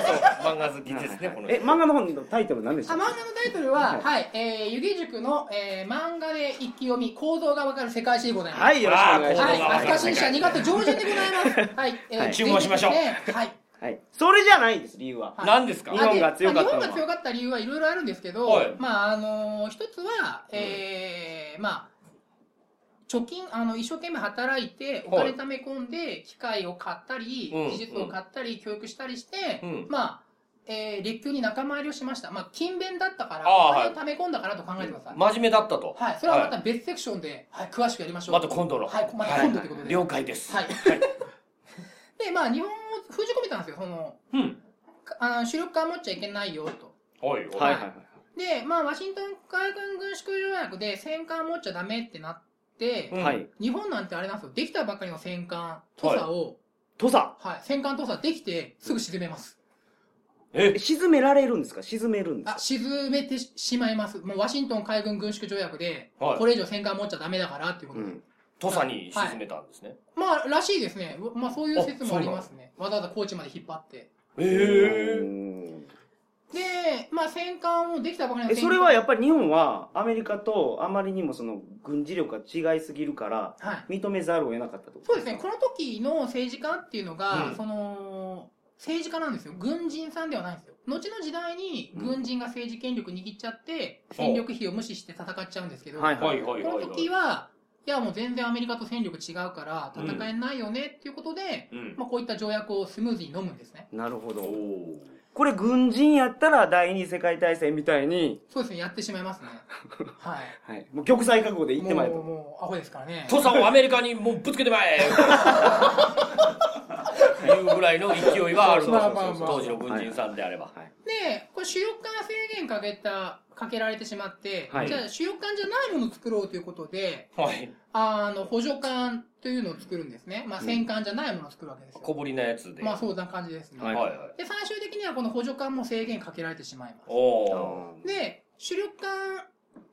[SPEAKER 1] そう
[SPEAKER 3] 漫画好きですねこの人
[SPEAKER 1] え漫画の本のタイトル何でした
[SPEAKER 2] あ漫
[SPEAKER 1] っけ
[SPEAKER 2] 画のタイトルは、
[SPEAKER 1] はい
[SPEAKER 2] はい、えー、湯気塾の、えー、漫画で一気読み、構造がわかる世界史でございます。
[SPEAKER 1] はいよろしくお願いし
[SPEAKER 3] わ
[SPEAKER 1] ま
[SPEAKER 3] あ
[SPEAKER 1] す
[SPEAKER 2] はい、懐
[SPEAKER 3] 構造がわかる
[SPEAKER 2] かしい社2月上旬でございます。はい、え
[SPEAKER 1] はい
[SPEAKER 3] 注文しましょう
[SPEAKER 2] ぜひですねはい。
[SPEAKER 1] はいそれじゃないです理由は
[SPEAKER 2] はい
[SPEAKER 3] 何ですか
[SPEAKER 1] 日本が強かったのは
[SPEAKER 2] あでまあ日本が強かった理由はいろいろあるんですけど、
[SPEAKER 3] はい
[SPEAKER 2] まああのー一つは、えーまあ貯金あの一生懸命働いてお
[SPEAKER 3] はい
[SPEAKER 2] 金貯め込んで機械を買ったり、
[SPEAKER 3] うん
[SPEAKER 2] 技術を買ったり、教育したりして、
[SPEAKER 3] うん
[SPEAKER 2] まあ、えー、列強に仲間入りをしました。まあ勤勉だったから
[SPEAKER 3] あ
[SPEAKER 2] お
[SPEAKER 3] ー
[SPEAKER 2] 金を貯め込んだからと考えてください。
[SPEAKER 3] 真面目だったと
[SPEAKER 2] はい、それはまた別セクションで、はい、詳しくやりましょう。
[SPEAKER 3] また今度の
[SPEAKER 2] はい、また今度ということで。
[SPEAKER 3] 了解です
[SPEAKER 2] はい。で、まあ、日本を封じ込めたんですよ。その、
[SPEAKER 3] うん
[SPEAKER 2] かあの主力艦持っちゃいけないよ、と。
[SPEAKER 3] はい
[SPEAKER 2] 画
[SPEAKER 1] はいはいはい
[SPEAKER 2] で、まあ、ワシントン海軍軍縮条約で戦艦持っちゃダメってなって、
[SPEAKER 3] うん
[SPEAKER 1] はい
[SPEAKER 2] 日本なんてあれなんですよ。できたばっかりの戦艦、土佐を、
[SPEAKER 1] 土佐
[SPEAKER 2] はい、戦艦土佐できて、すぐ沈めます。
[SPEAKER 3] え
[SPEAKER 1] え沈められるんですか沈めるんです
[SPEAKER 2] あ、
[SPEAKER 1] か
[SPEAKER 2] 沈めてしまいます。もうワシントン海軍軍縮条約で、
[SPEAKER 3] はい
[SPEAKER 2] これ以上戦艦持っちゃダメだからっていうことで。
[SPEAKER 1] ん
[SPEAKER 3] 土佐に沈めたんですね
[SPEAKER 2] まあ、らしいですね。まあ、そういう説もありますね。わざわざ高知まで引っ張って。
[SPEAKER 1] う
[SPEAKER 3] へえ
[SPEAKER 1] ん
[SPEAKER 2] で、まあ、戦艦をできたばかりの
[SPEAKER 1] え
[SPEAKER 2] 戦艦。
[SPEAKER 1] それはやっぱり日本はアメリカとあまりにもその軍事力が違いすぎるから
[SPEAKER 2] はい。
[SPEAKER 1] 認めざるを得なかったってこと
[SPEAKER 2] そうですね。この時の政治家っていうのが、
[SPEAKER 3] うん
[SPEAKER 2] その、政治家なんですよ。軍人さんではないんですよ。後の時代に軍人が政治権力握っちゃって、
[SPEAKER 3] うん
[SPEAKER 2] 戦力費を無視して戦っちゃうんですけど、
[SPEAKER 1] はい
[SPEAKER 3] はいはい
[SPEAKER 2] こ
[SPEAKER 3] は
[SPEAKER 2] の
[SPEAKER 3] い
[SPEAKER 2] 時は、いやもう全然アメリカと戦力違うから
[SPEAKER 3] うん
[SPEAKER 2] 戦えないよねっていうことで、
[SPEAKER 3] うん
[SPEAKER 2] まあこういった条約をスムーズに飲むんですね。
[SPEAKER 1] なるほ
[SPEAKER 3] お
[SPEAKER 1] ど
[SPEAKER 3] ー
[SPEAKER 1] これ軍人やったら第二次世界大戦みたいに、
[SPEAKER 2] そうですね、やってしま いますね。はい。
[SPEAKER 1] はい、もう玉砕覚悟で行ってまい
[SPEAKER 2] もう、
[SPEAKER 1] と
[SPEAKER 2] もうアホですからね。
[SPEAKER 3] 土佐をアメリカにもうぶつけてまえいうぐらいの勢いはあると
[SPEAKER 2] まあまあまあ
[SPEAKER 3] 当時の軍人さんであれば、
[SPEAKER 1] はい
[SPEAKER 2] で、これ主力艦制限かけた、かけられてしまって、
[SPEAKER 1] はい
[SPEAKER 2] じゃあ主力艦じゃないものを作ろうということで、
[SPEAKER 3] はい、
[SPEAKER 2] あの、補助艦というのを作るんですね。まあ戦艦じゃないものを作るわけですよ。
[SPEAKER 3] 小ぶりなやつで、
[SPEAKER 2] まあそんな感じですね。
[SPEAKER 1] はい
[SPEAKER 3] はいはい
[SPEAKER 2] で、最終的にはこの補助艦も制限かけられてしまいます。
[SPEAKER 3] おお
[SPEAKER 2] で、主力艦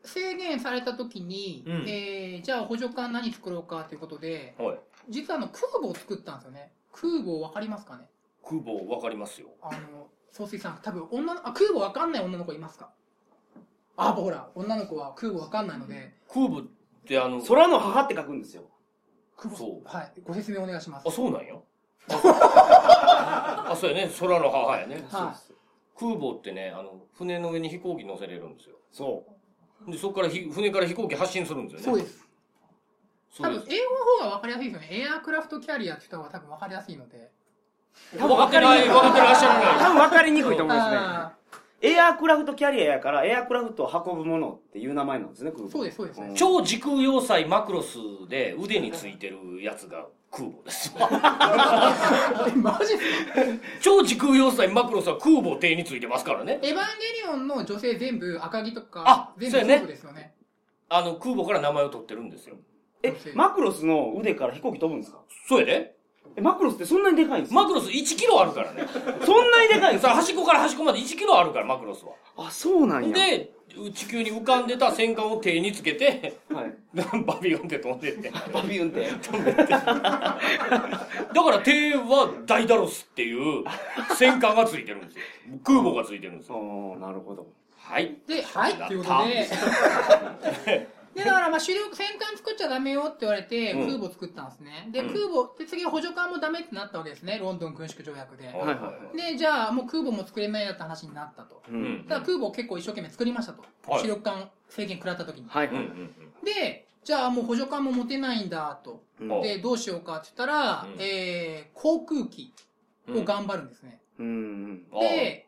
[SPEAKER 2] 制限された時に、
[SPEAKER 3] うん
[SPEAKER 2] えー、じゃあ補助艦何作ろうかということで、
[SPEAKER 3] はい
[SPEAKER 2] 実はあの空母を作ったんですよね。空母わかりますかね
[SPEAKER 3] 空母わかりますよ
[SPEAKER 2] あの、総帥さん、多分女の、あ、空母わかんない女の子いますかあ、ほら、女の子は空母わかんないので、
[SPEAKER 3] 空母ってあの
[SPEAKER 1] 空の母って書くんですよ
[SPEAKER 2] 空母
[SPEAKER 3] そう
[SPEAKER 2] はい、ご説明お願いします
[SPEAKER 3] あ。そう なんやあそうやね空の母やね
[SPEAKER 2] は
[SPEAKER 3] 空母ってねあの船の上に飛行機乗せれるんですよ
[SPEAKER 1] そ
[SPEAKER 3] でそこからひ船から飛行機発進するん
[SPEAKER 2] い、
[SPEAKER 3] ですよ
[SPEAKER 2] そ
[SPEAKER 3] ね
[SPEAKER 2] うです。
[SPEAKER 3] そ
[SPEAKER 2] 多
[SPEAKER 3] う
[SPEAKER 2] 分
[SPEAKER 3] です、
[SPEAKER 2] 英語の方がわかりやすいですよね。エアークラフトキャリアって言った方が多分わかりやすいので。
[SPEAKER 3] 分かってない分かってらっしゃら
[SPEAKER 1] う
[SPEAKER 3] ない
[SPEAKER 1] 多分分かりにくいと思いま
[SPEAKER 2] あ
[SPEAKER 1] すねエアークラフトキャリアやからエアークラフトを運ぶものっていう名前なんですね空
[SPEAKER 2] ー
[SPEAKER 1] 母
[SPEAKER 2] そうです、そうです。
[SPEAKER 1] うん
[SPEAKER 3] 超時空要塞マクロスで腕についてるやつが空母です よ
[SPEAKER 2] えマジですか
[SPEAKER 3] 超時空要塞マクロスは空母艇についてますからね
[SPEAKER 2] エヴァンゲリオンの女性全部赤城とか
[SPEAKER 3] あ
[SPEAKER 2] 全
[SPEAKER 3] そ
[SPEAKER 2] 部
[SPEAKER 3] うやね
[SPEAKER 2] そうですよね。
[SPEAKER 3] あの空母から名前を取ってるんですよ
[SPEAKER 1] えマクロスの腕から飛行機飛ぶんですか
[SPEAKER 3] そうやで
[SPEAKER 1] えマクロスってそんなにでかいんですか、
[SPEAKER 3] マクロス1キロあるからね
[SPEAKER 1] そんなにでかいんです
[SPEAKER 3] さ
[SPEAKER 1] か
[SPEAKER 3] 端っこから端っこまで1キロあるからマクロスは
[SPEAKER 1] あそうなんや
[SPEAKER 3] で地球に浮かんでた戦艦を手につけて
[SPEAKER 1] はい、
[SPEAKER 3] バビロンで飛んでってだか
[SPEAKER 1] バビュンって
[SPEAKER 3] ら艇はダイダロスっていう戦艦がついてるんですよ空母がついてるんですよ
[SPEAKER 1] ああなるほど
[SPEAKER 3] はい
[SPEAKER 2] で、はいっていうことで。 で、だからまあ主力戦艦作っちゃダメよって言われて
[SPEAKER 1] うん
[SPEAKER 2] 空母作ったんですね。で、
[SPEAKER 3] うん
[SPEAKER 2] 空母、で次補助艦もダメってなったわけですね。ロンドン軍縮条約で。
[SPEAKER 1] いはいは
[SPEAKER 2] で、じゃあもう空母も作れないやって話になったと。
[SPEAKER 1] う
[SPEAKER 3] うん
[SPEAKER 1] ん
[SPEAKER 2] ただ空母を結構一生懸命作りましたと。
[SPEAKER 3] はい
[SPEAKER 2] 主力艦制限食らった時に。
[SPEAKER 1] はいうは
[SPEAKER 3] んう
[SPEAKER 1] い、
[SPEAKER 3] ん
[SPEAKER 2] で、じゃあもう補助艦も持てないんだと。
[SPEAKER 1] うん
[SPEAKER 3] お
[SPEAKER 2] で、どうしようかって言ったら、
[SPEAKER 3] うん
[SPEAKER 2] えー、航空機
[SPEAKER 3] うん
[SPEAKER 2] を頑張るんですね。
[SPEAKER 1] うんうん
[SPEAKER 3] あー
[SPEAKER 2] で、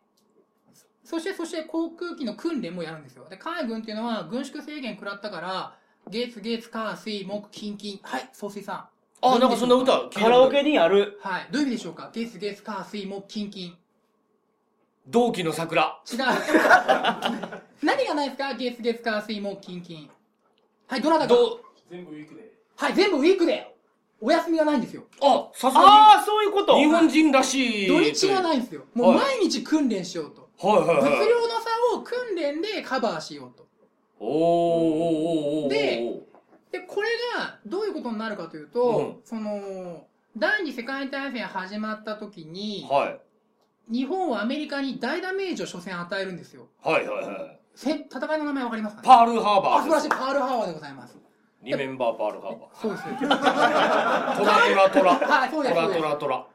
[SPEAKER 2] そして、そして航空機の訓練もやるんですよ。で、海軍っていうのは軍縮制限食らったから、月、月、火、水、木、金、金。はい、総帥さ
[SPEAKER 3] あ、なんかそんな歌聞いたことあ
[SPEAKER 1] カ
[SPEAKER 3] る
[SPEAKER 1] ラオケにある。
[SPEAKER 2] ん。はい。どういう意味でしょうか月、月、火、水、木、金、金。違う。
[SPEAKER 3] 同期の桜。
[SPEAKER 2] 何がないですか月、月、火、水、木、金、金。はい、どなたか。
[SPEAKER 3] どう、
[SPEAKER 4] 全部ウィークで。
[SPEAKER 2] はい、全部ウィークでお休みがないんですよ。
[SPEAKER 3] あ、さすが
[SPEAKER 1] ああ、そういうこと。
[SPEAKER 3] に日本人らしい。
[SPEAKER 2] 土日が
[SPEAKER 3] はい
[SPEAKER 2] ないんですよ。もう
[SPEAKER 3] は
[SPEAKER 2] 毎日訓練しようと。
[SPEAKER 3] はい
[SPEAKER 2] 物量
[SPEAKER 3] はい。
[SPEAKER 2] の差を訓練でカバーしようと。
[SPEAKER 3] おーおーおーおーおー
[SPEAKER 2] でで、これがどういうことになるかというと、その、第二次世界大戦始まった時に、
[SPEAKER 3] はい。
[SPEAKER 2] 日本はアメリカに大ダメージを所詮与えるんですよ。
[SPEAKER 3] はいはいはい。
[SPEAKER 2] せ戦いの名前わかりますかね
[SPEAKER 3] パールハー
[SPEAKER 2] あ、素
[SPEAKER 3] バー
[SPEAKER 2] 晴
[SPEAKER 3] で
[SPEAKER 2] ら
[SPEAKER 3] す
[SPEAKER 2] しい。パールハワーでございます。
[SPEAKER 3] リメンバーパールハーバ
[SPEAKER 2] そうです。
[SPEAKER 3] ー。トラ トラトラ。
[SPEAKER 2] はい、そうで
[SPEAKER 3] ト
[SPEAKER 2] す。そう
[SPEAKER 3] ラ
[SPEAKER 2] です
[SPEAKER 3] トラトラ。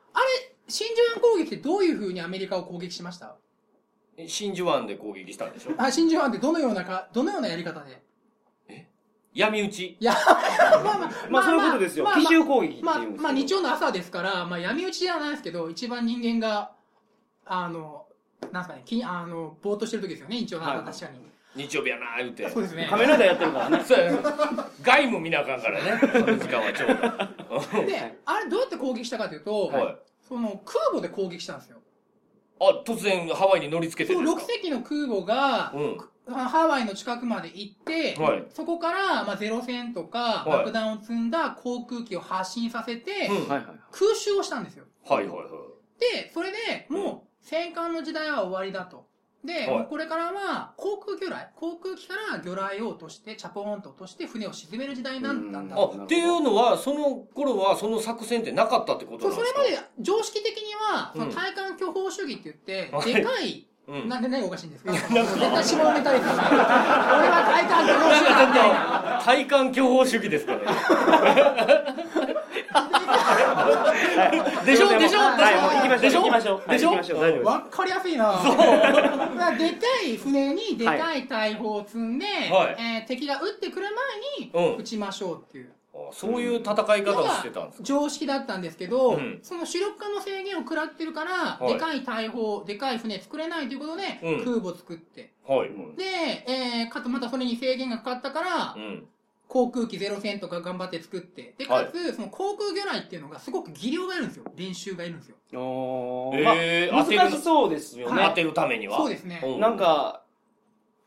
[SPEAKER 2] 真珠湾攻撃ってどういう風にアメリカを攻撃しました
[SPEAKER 3] 真珠湾で攻撃したんでしょ
[SPEAKER 2] あ、真珠湾ってどのようなか、どのようなやり方で
[SPEAKER 3] 闇討ち。
[SPEAKER 2] いや、まあまあ、
[SPEAKER 1] まあ、そういうことですよ。
[SPEAKER 2] まあまあ
[SPEAKER 1] 奇襲攻撃っていうんです
[SPEAKER 2] まあ
[SPEAKER 1] けど、
[SPEAKER 2] まあ、日曜の朝ですから、まあ、闇討ちじゃないですけど、一番人間が、あの、なんすかね、きあの、ぼーっとしてる時ですよね、日曜の朝、
[SPEAKER 1] はい
[SPEAKER 2] 確かに。
[SPEAKER 3] 日曜日やなー言うて。
[SPEAKER 2] そうですね。
[SPEAKER 1] 仮面ライダーやってるからね。
[SPEAKER 3] そうやね外務見なあかんからね。その時間はちょうど。
[SPEAKER 2] で、あれどうやって攻撃したかというと、
[SPEAKER 3] はい。
[SPEAKER 2] その、空母で攻撃したんですよ。
[SPEAKER 3] あ、突然ハワイに乗りつけて
[SPEAKER 2] そう、
[SPEAKER 3] です
[SPEAKER 2] 6
[SPEAKER 3] か
[SPEAKER 2] 隻の空母が、
[SPEAKER 3] うん。
[SPEAKER 2] ハワイの近くまで行って、
[SPEAKER 3] はい
[SPEAKER 2] そこから、まあ、ゼロ戦とか、
[SPEAKER 3] はい
[SPEAKER 2] 爆弾を積んだ航空機を発進させて、
[SPEAKER 3] うん。はい
[SPEAKER 1] いはい。
[SPEAKER 2] 空襲をしたんですよ。
[SPEAKER 3] はいはい。
[SPEAKER 2] で、それでもう戦艦の時代は終わりだと。で、
[SPEAKER 3] い
[SPEAKER 2] もうこれからは航空魚雷、航空機から魚雷を落として、チャポーンと落として船を沈める時代になったんだ
[SPEAKER 1] うん
[SPEAKER 2] と。
[SPEAKER 3] あ、っていうのは、その頃はその作戦ってなかったってこ
[SPEAKER 2] そ
[SPEAKER 3] と
[SPEAKER 2] う
[SPEAKER 3] なん
[SPEAKER 2] そ
[SPEAKER 3] で
[SPEAKER 2] れ
[SPEAKER 3] すか
[SPEAKER 2] まで常識的には、そ
[SPEAKER 3] うん
[SPEAKER 2] の対艦巨砲主義って言って、
[SPEAKER 3] はい
[SPEAKER 2] でかい、
[SPEAKER 3] うん。
[SPEAKER 2] なんで何がおかしいんですか絶対下ネタですよね。俺は対艦巨砲主義だみたいな。
[SPEAKER 3] 体感巨砲主義ですからね。でしょでしょでしょ
[SPEAKER 1] はい、もう行
[SPEAKER 3] でしょ
[SPEAKER 1] きましょう。
[SPEAKER 3] でしょ
[SPEAKER 1] 行きましょう。はい行きましょう。大丈夫
[SPEAKER 2] わかりやすいなそうでかい船にでかい大砲を積んで、
[SPEAKER 3] はい
[SPEAKER 2] えー敵が撃ってくる前
[SPEAKER 3] う
[SPEAKER 2] に
[SPEAKER 3] ん
[SPEAKER 2] 撃ちましょうっていう
[SPEAKER 3] あそういう戦い方をしてたんですか
[SPEAKER 2] 常識だったんですけど、
[SPEAKER 3] うん
[SPEAKER 2] その主力化の制限を食らってるから、
[SPEAKER 3] い
[SPEAKER 2] でかい大砲でかい船作れないということで、
[SPEAKER 3] うん
[SPEAKER 2] 空母作って
[SPEAKER 3] はい。
[SPEAKER 2] で、えー、かつまたそれに制限がかかったから、
[SPEAKER 3] うん。
[SPEAKER 2] 航空機ゼロ戦とか頑張って作ってでかつ、その航空魚雷っていうのがすごく技量がいるんですよ練習がいるんですよ
[SPEAKER 1] おー
[SPEAKER 3] えー
[SPEAKER 1] まあ
[SPEAKER 3] 当てる
[SPEAKER 1] 難しそうですよ
[SPEAKER 3] 当
[SPEAKER 1] ね。
[SPEAKER 3] てるためには。
[SPEAKER 2] そうですね
[SPEAKER 3] う
[SPEAKER 1] なん、か、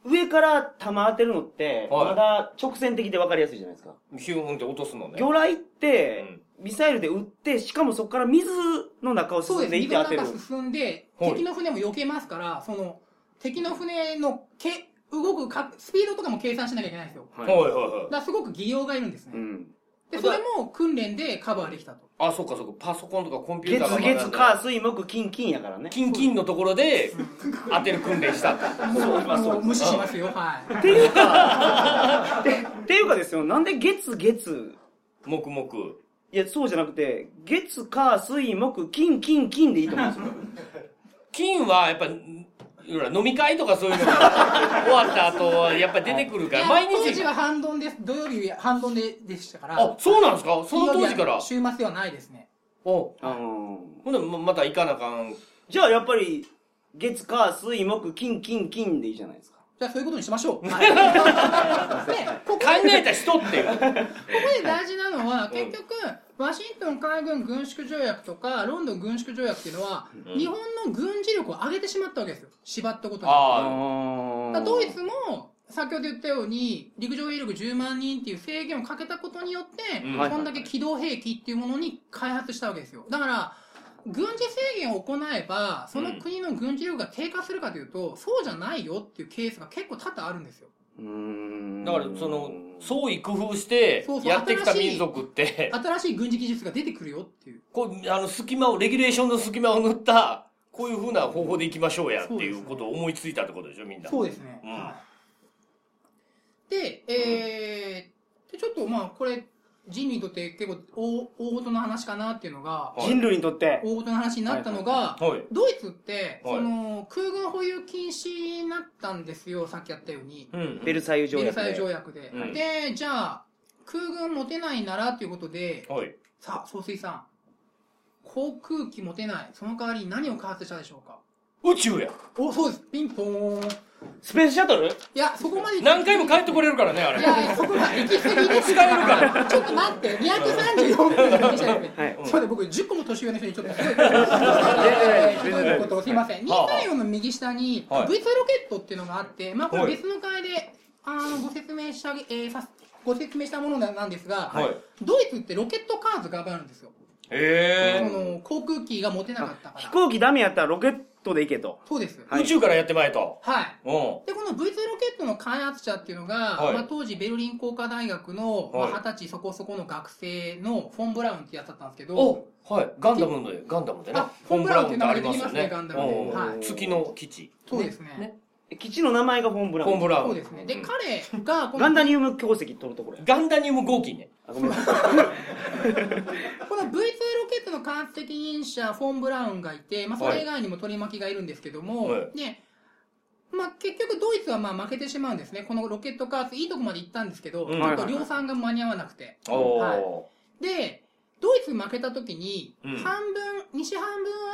[SPEAKER 1] 上から弾当てるのって、
[SPEAKER 3] はい
[SPEAKER 1] まだ直線的で分かりやすいじゃないですか。
[SPEAKER 3] ヒューンって落とすのね。
[SPEAKER 1] 魚雷って、ミサイルで撃って、しかもそこから水の中を
[SPEAKER 2] そう
[SPEAKER 1] 進
[SPEAKER 2] で
[SPEAKER 1] ん
[SPEAKER 2] す
[SPEAKER 1] でいって
[SPEAKER 2] 水の
[SPEAKER 1] 当てる
[SPEAKER 2] 中。進んで、
[SPEAKER 3] はい
[SPEAKER 2] 敵の船も避けますから、その、敵の船のけ動くかスピードとかも計算しなきゃいけないんですよ。
[SPEAKER 3] はいはいは
[SPEAKER 2] だ
[SPEAKER 3] い。
[SPEAKER 2] からすごく技量がいるんですね。
[SPEAKER 1] うん。
[SPEAKER 2] で、それも訓練でカバーできたと。
[SPEAKER 3] あ、そっかそっか。パソコンとかコンピュ
[SPEAKER 1] 月
[SPEAKER 3] ーターがまだ
[SPEAKER 1] 月火水木金金やからね。
[SPEAKER 3] キンキンのところで当てる訓練した。
[SPEAKER 2] もうもう無視しますよ、はい。
[SPEAKER 1] っていうか、 てっていうかですよ、なんで月月、
[SPEAKER 3] 黙々。
[SPEAKER 1] いや、そうじゃなくて、月火水木金金金でいいと思うん ですよ。
[SPEAKER 3] 金はやっぱ、ほら飲み会とかそういうのが終わった後はやっぱ出てくるから、毎
[SPEAKER 2] 当時
[SPEAKER 3] 日。
[SPEAKER 2] は半ドンです。土曜日半ドンででしたから。
[SPEAKER 3] あ、そうなんですかその当時から。
[SPEAKER 2] 金曜日は週末ではないですね。
[SPEAKER 3] お
[SPEAKER 1] あの
[SPEAKER 3] ほんでままた行かなあかん。
[SPEAKER 1] じゃあやっぱり、月火水木金金金でいいじゃないですか。
[SPEAKER 2] じゃあそういうことにしましょ う。はい、 で、ここ
[SPEAKER 3] 考えた人って いう。
[SPEAKER 2] ここで大事なのは、結局、ワシントン海軍軍縮条約とか、ロンドン軍縮条約っていうのは、
[SPEAKER 3] うん
[SPEAKER 2] 日本の軍事力を上げてしまったわけですよ。縛ったことに。だ
[SPEAKER 3] あ
[SPEAKER 2] からドイツも、先ほど言ったように、陸上兵力10万人っていう制限をかけたことによって、
[SPEAKER 3] うん
[SPEAKER 2] こんだけ機動兵器っていうものに開発したわけですよ。だから、軍事制限を行えば、その国の軍事力が低下するかというと、そうじゃないよっていうケースが結構多々あるんですよ。
[SPEAKER 1] うーん
[SPEAKER 3] あ。だからその、創意工夫して
[SPEAKER 2] そうそう
[SPEAKER 3] やってきた
[SPEAKER 2] 新しい
[SPEAKER 3] 民族って、
[SPEAKER 2] 新しい軍事技術が出てくるよっていう。
[SPEAKER 3] こう、あの、隙間を、レギュレーションの隙間を塗った、こういうふうな方法で行きましょうやっていうことを思いついたってことでしょ、みんな。
[SPEAKER 2] そうですね。
[SPEAKER 3] うん
[SPEAKER 2] はいで、えーで、ちょっとまあ、これ、人類にとって結構大、大事な話かなっていうのが、
[SPEAKER 3] はい
[SPEAKER 1] 人類にとって、
[SPEAKER 2] 大事な話になったのが、
[SPEAKER 3] はい。
[SPEAKER 2] ドイツって、
[SPEAKER 3] はい
[SPEAKER 2] その、空軍保有禁止になったんですよ、さっきやったように。
[SPEAKER 3] うん
[SPEAKER 1] ベルサイユ条
[SPEAKER 2] ベル
[SPEAKER 1] 約で。
[SPEAKER 2] サイユ条約で。
[SPEAKER 3] うん
[SPEAKER 2] で、じゃあ、空軍持てないならっていうことで、
[SPEAKER 3] はい。
[SPEAKER 2] さあ、総帥さん、航空機持てない、その代わりに何を開発したでしょうか
[SPEAKER 3] 宇宙や。
[SPEAKER 2] お、そうです。ピンポーン。
[SPEAKER 1] スペースシャトル
[SPEAKER 2] いや、そこまで。
[SPEAKER 3] 何回も帰ってこれるからね、あ
[SPEAKER 2] い
[SPEAKER 3] れ。
[SPEAKER 2] やいや、そこまで行き過ぎです
[SPEAKER 3] 使えるか
[SPEAKER 2] ちょっと待って、234分でしたよね。
[SPEAKER 1] はい
[SPEAKER 2] そうで僕10個も年上の人にちょっとすごい
[SPEAKER 1] 然
[SPEAKER 2] ひどいことをすいません
[SPEAKER 3] はあはあ
[SPEAKER 2] 234の右下に V2
[SPEAKER 3] はい
[SPEAKER 2] ロケットっていうのがあってまあこれ別の会であのご説明したえーさご説明したものなんですが
[SPEAKER 3] はい
[SPEAKER 2] ドイツってロケットカーズがバなんですよそ
[SPEAKER 3] へ
[SPEAKER 2] の航空機が持てなかったか
[SPEAKER 1] 飛
[SPEAKER 2] ら
[SPEAKER 1] 行機ダメやったらロケットで行けと。
[SPEAKER 2] そうです
[SPEAKER 1] は
[SPEAKER 3] え。
[SPEAKER 1] い
[SPEAKER 3] 宇宙からやってまえと。
[SPEAKER 2] はい
[SPEAKER 3] うん。は
[SPEAKER 2] でこの V2 ロケットの開発者っていうのが、
[SPEAKER 3] はい
[SPEAKER 2] まあ、当時ベルリン工科大学のまあ
[SPEAKER 3] はい
[SPEAKER 2] 二十、歳そこそこの学生のフォン・ブラウンってやつだったんですけど
[SPEAKER 3] おはい。ガンダムで、ガンダムでね
[SPEAKER 2] あ。フォンブラウンって名前できますね
[SPEAKER 3] フォンブラウンってあります
[SPEAKER 2] ガンダムで
[SPEAKER 3] よねうん
[SPEAKER 1] はい
[SPEAKER 3] 月の基地。
[SPEAKER 2] そうですね
[SPEAKER 3] ね
[SPEAKER 1] 基地の名前がフォンブラ
[SPEAKER 3] フォ
[SPEAKER 1] ウ
[SPEAKER 3] ン
[SPEAKER 1] ン。
[SPEAKER 3] ブラウン。
[SPEAKER 2] そうですねで
[SPEAKER 3] うん
[SPEAKER 2] 彼 がこ
[SPEAKER 1] ガンダ
[SPEAKER 2] の
[SPEAKER 1] ニウム鉱石取るところや。
[SPEAKER 3] ガンダニウム合金ね。
[SPEAKER 1] あごめんなさい。
[SPEAKER 2] この V2 ロケットの開発責任者フォン・ブラウンがいて、まあ、それ以外にも取り巻きがいるんですけども、
[SPEAKER 3] はい
[SPEAKER 2] でまあ、結局ドイツはまあ負けてしまうんですねこのロケット開発いいとこまで行ったんですけど、
[SPEAKER 3] う
[SPEAKER 2] ち
[SPEAKER 3] ん
[SPEAKER 2] ょっと量産が間に合わなくて。
[SPEAKER 3] お
[SPEAKER 2] はい
[SPEAKER 3] ー。
[SPEAKER 2] で、ドイツ負けた時に、
[SPEAKER 3] うん
[SPEAKER 2] 半分、西半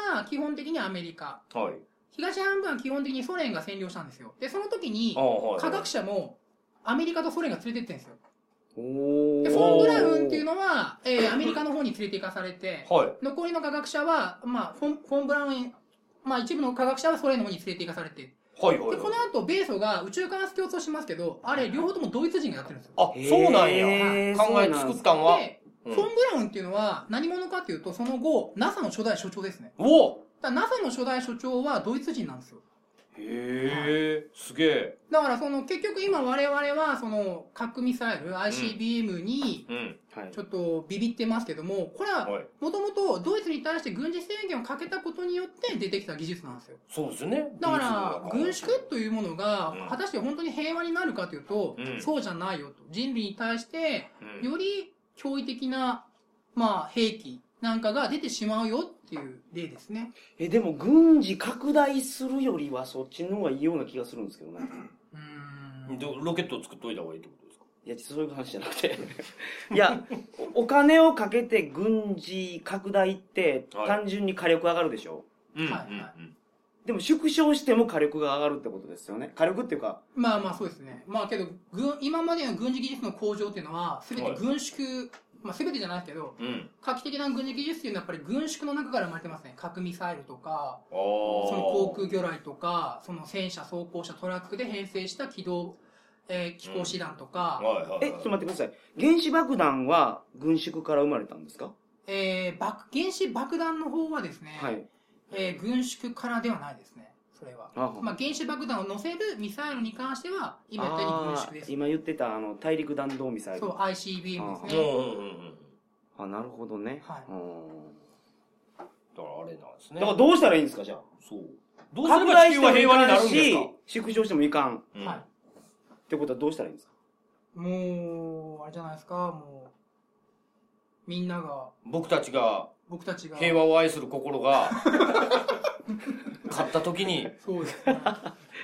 [SPEAKER 2] 分は基本的にアメリカ、
[SPEAKER 3] はい。
[SPEAKER 2] 東半分は基本的にソ連が占領したんですよ。で、その時に
[SPEAKER 3] あ、はい。
[SPEAKER 2] 科学者もアメリカとソ連が連れてってんですよ。
[SPEAKER 1] お
[SPEAKER 2] で、フォン・ブラウンっていうのは、えーアメリカの方に連れて行かされて、
[SPEAKER 3] はい。
[SPEAKER 2] 残りの科学者は、まあ、フォンフォン・ブラウン、まあ一部の科学者はソ連の方に連れて行かされて、
[SPEAKER 3] はいは
[SPEAKER 2] で、
[SPEAKER 3] い
[SPEAKER 2] この
[SPEAKER 3] はい。
[SPEAKER 2] 後、米ソが宇宙開発競争しますけど、あれ、両方ともドイツ人がやってるんですよ。
[SPEAKER 3] あ、そうなんや。
[SPEAKER 1] へー
[SPEAKER 3] 考え作ったんは。
[SPEAKER 2] で、
[SPEAKER 3] う
[SPEAKER 2] フ
[SPEAKER 3] ん
[SPEAKER 2] ォン・ブラウンっていうのは何者かというと、その後、NASA の初代所長ですね。
[SPEAKER 3] おお
[SPEAKER 2] だから NASA の初代所長はドイツ人なんですよ。
[SPEAKER 3] へえ、すげえ。
[SPEAKER 2] だからその結局今我々はその核ミサイル ICBM に
[SPEAKER 3] うん。
[SPEAKER 1] はい
[SPEAKER 2] ちょっとビビってますけども、これは
[SPEAKER 3] はい。
[SPEAKER 2] もともとドイツに対して軍事制限をかけたことによって出てきた技術なんですよ。
[SPEAKER 3] そうですね。
[SPEAKER 2] だから軍縮というものが
[SPEAKER 3] うん
[SPEAKER 2] 果たして本当に平和になるかというと、
[SPEAKER 3] うん
[SPEAKER 2] そうじゃないよと。人類に対して
[SPEAKER 3] うん
[SPEAKER 2] より驚異的な、まあ、兵器なんかが出てしまうよっていう例ですね。
[SPEAKER 1] え、でも軍事拡大するよりはそっちの方がいいような気がするんですけどね。
[SPEAKER 2] うー
[SPEAKER 3] うん
[SPEAKER 2] ん
[SPEAKER 3] でロケットを作っといた方がいいってことですか
[SPEAKER 1] いや、そういう話じゃなくて。いや、おお金をかけて軍事拡大って
[SPEAKER 3] はい
[SPEAKER 1] 単純に火力上がるでしょ、
[SPEAKER 3] うん
[SPEAKER 2] はいは
[SPEAKER 1] でも縮小しても火力が上がるってことですよね。火力っていうか、
[SPEAKER 2] まあまあそうですね。まあけど、軍、今までの軍事技術の向上っていうのは、すべて軍縮、まあすべてじゃないですけど、
[SPEAKER 3] うん。うん。
[SPEAKER 2] 画期的な軍事技術っていうのはやっぱり軍縮の中から生まれてますね。核ミサイルとか、
[SPEAKER 3] ああ。
[SPEAKER 2] その航空
[SPEAKER 3] 機。
[SPEAKER 2] 魚雷とか、その戦車、装甲車、トラックで編成した機動、えー機甲師団とか、
[SPEAKER 3] はいはいはい。
[SPEAKER 1] え、ちょっと待ってください。原子爆弾は軍縮から生まれたんですか
[SPEAKER 2] えー爆、原子爆弾の方はですね、
[SPEAKER 1] はい。
[SPEAKER 2] えー軍縮からではないですね。それは。
[SPEAKER 1] あは
[SPEAKER 2] まあ原子爆弾を乗せるミサイルに関しては、今言ったように軍
[SPEAKER 1] あ
[SPEAKER 2] 縮で
[SPEAKER 1] ー
[SPEAKER 2] す。
[SPEAKER 1] 今言ってた、あの、大陸弾道ミサイル
[SPEAKER 2] そ。う、ICBM ですね。
[SPEAKER 3] うんうんうんうん。
[SPEAKER 1] あ、なるほどね。
[SPEAKER 2] はい
[SPEAKER 1] うん
[SPEAKER 3] だからあれなんですね。
[SPEAKER 1] だからどうしたらいいんですか、じゃあ。
[SPEAKER 3] そう。どうすれば地球は平和になるんですか
[SPEAKER 1] 縮小してもいかん。
[SPEAKER 3] うん
[SPEAKER 2] はい
[SPEAKER 1] ってことはどうしたらいいんですか
[SPEAKER 2] もう、あれじゃないですか、もう、みんなが、
[SPEAKER 3] 僕たちが
[SPEAKER 2] 僕たちが。
[SPEAKER 3] 平和を愛する心が、勝った時に
[SPEAKER 2] そうですね。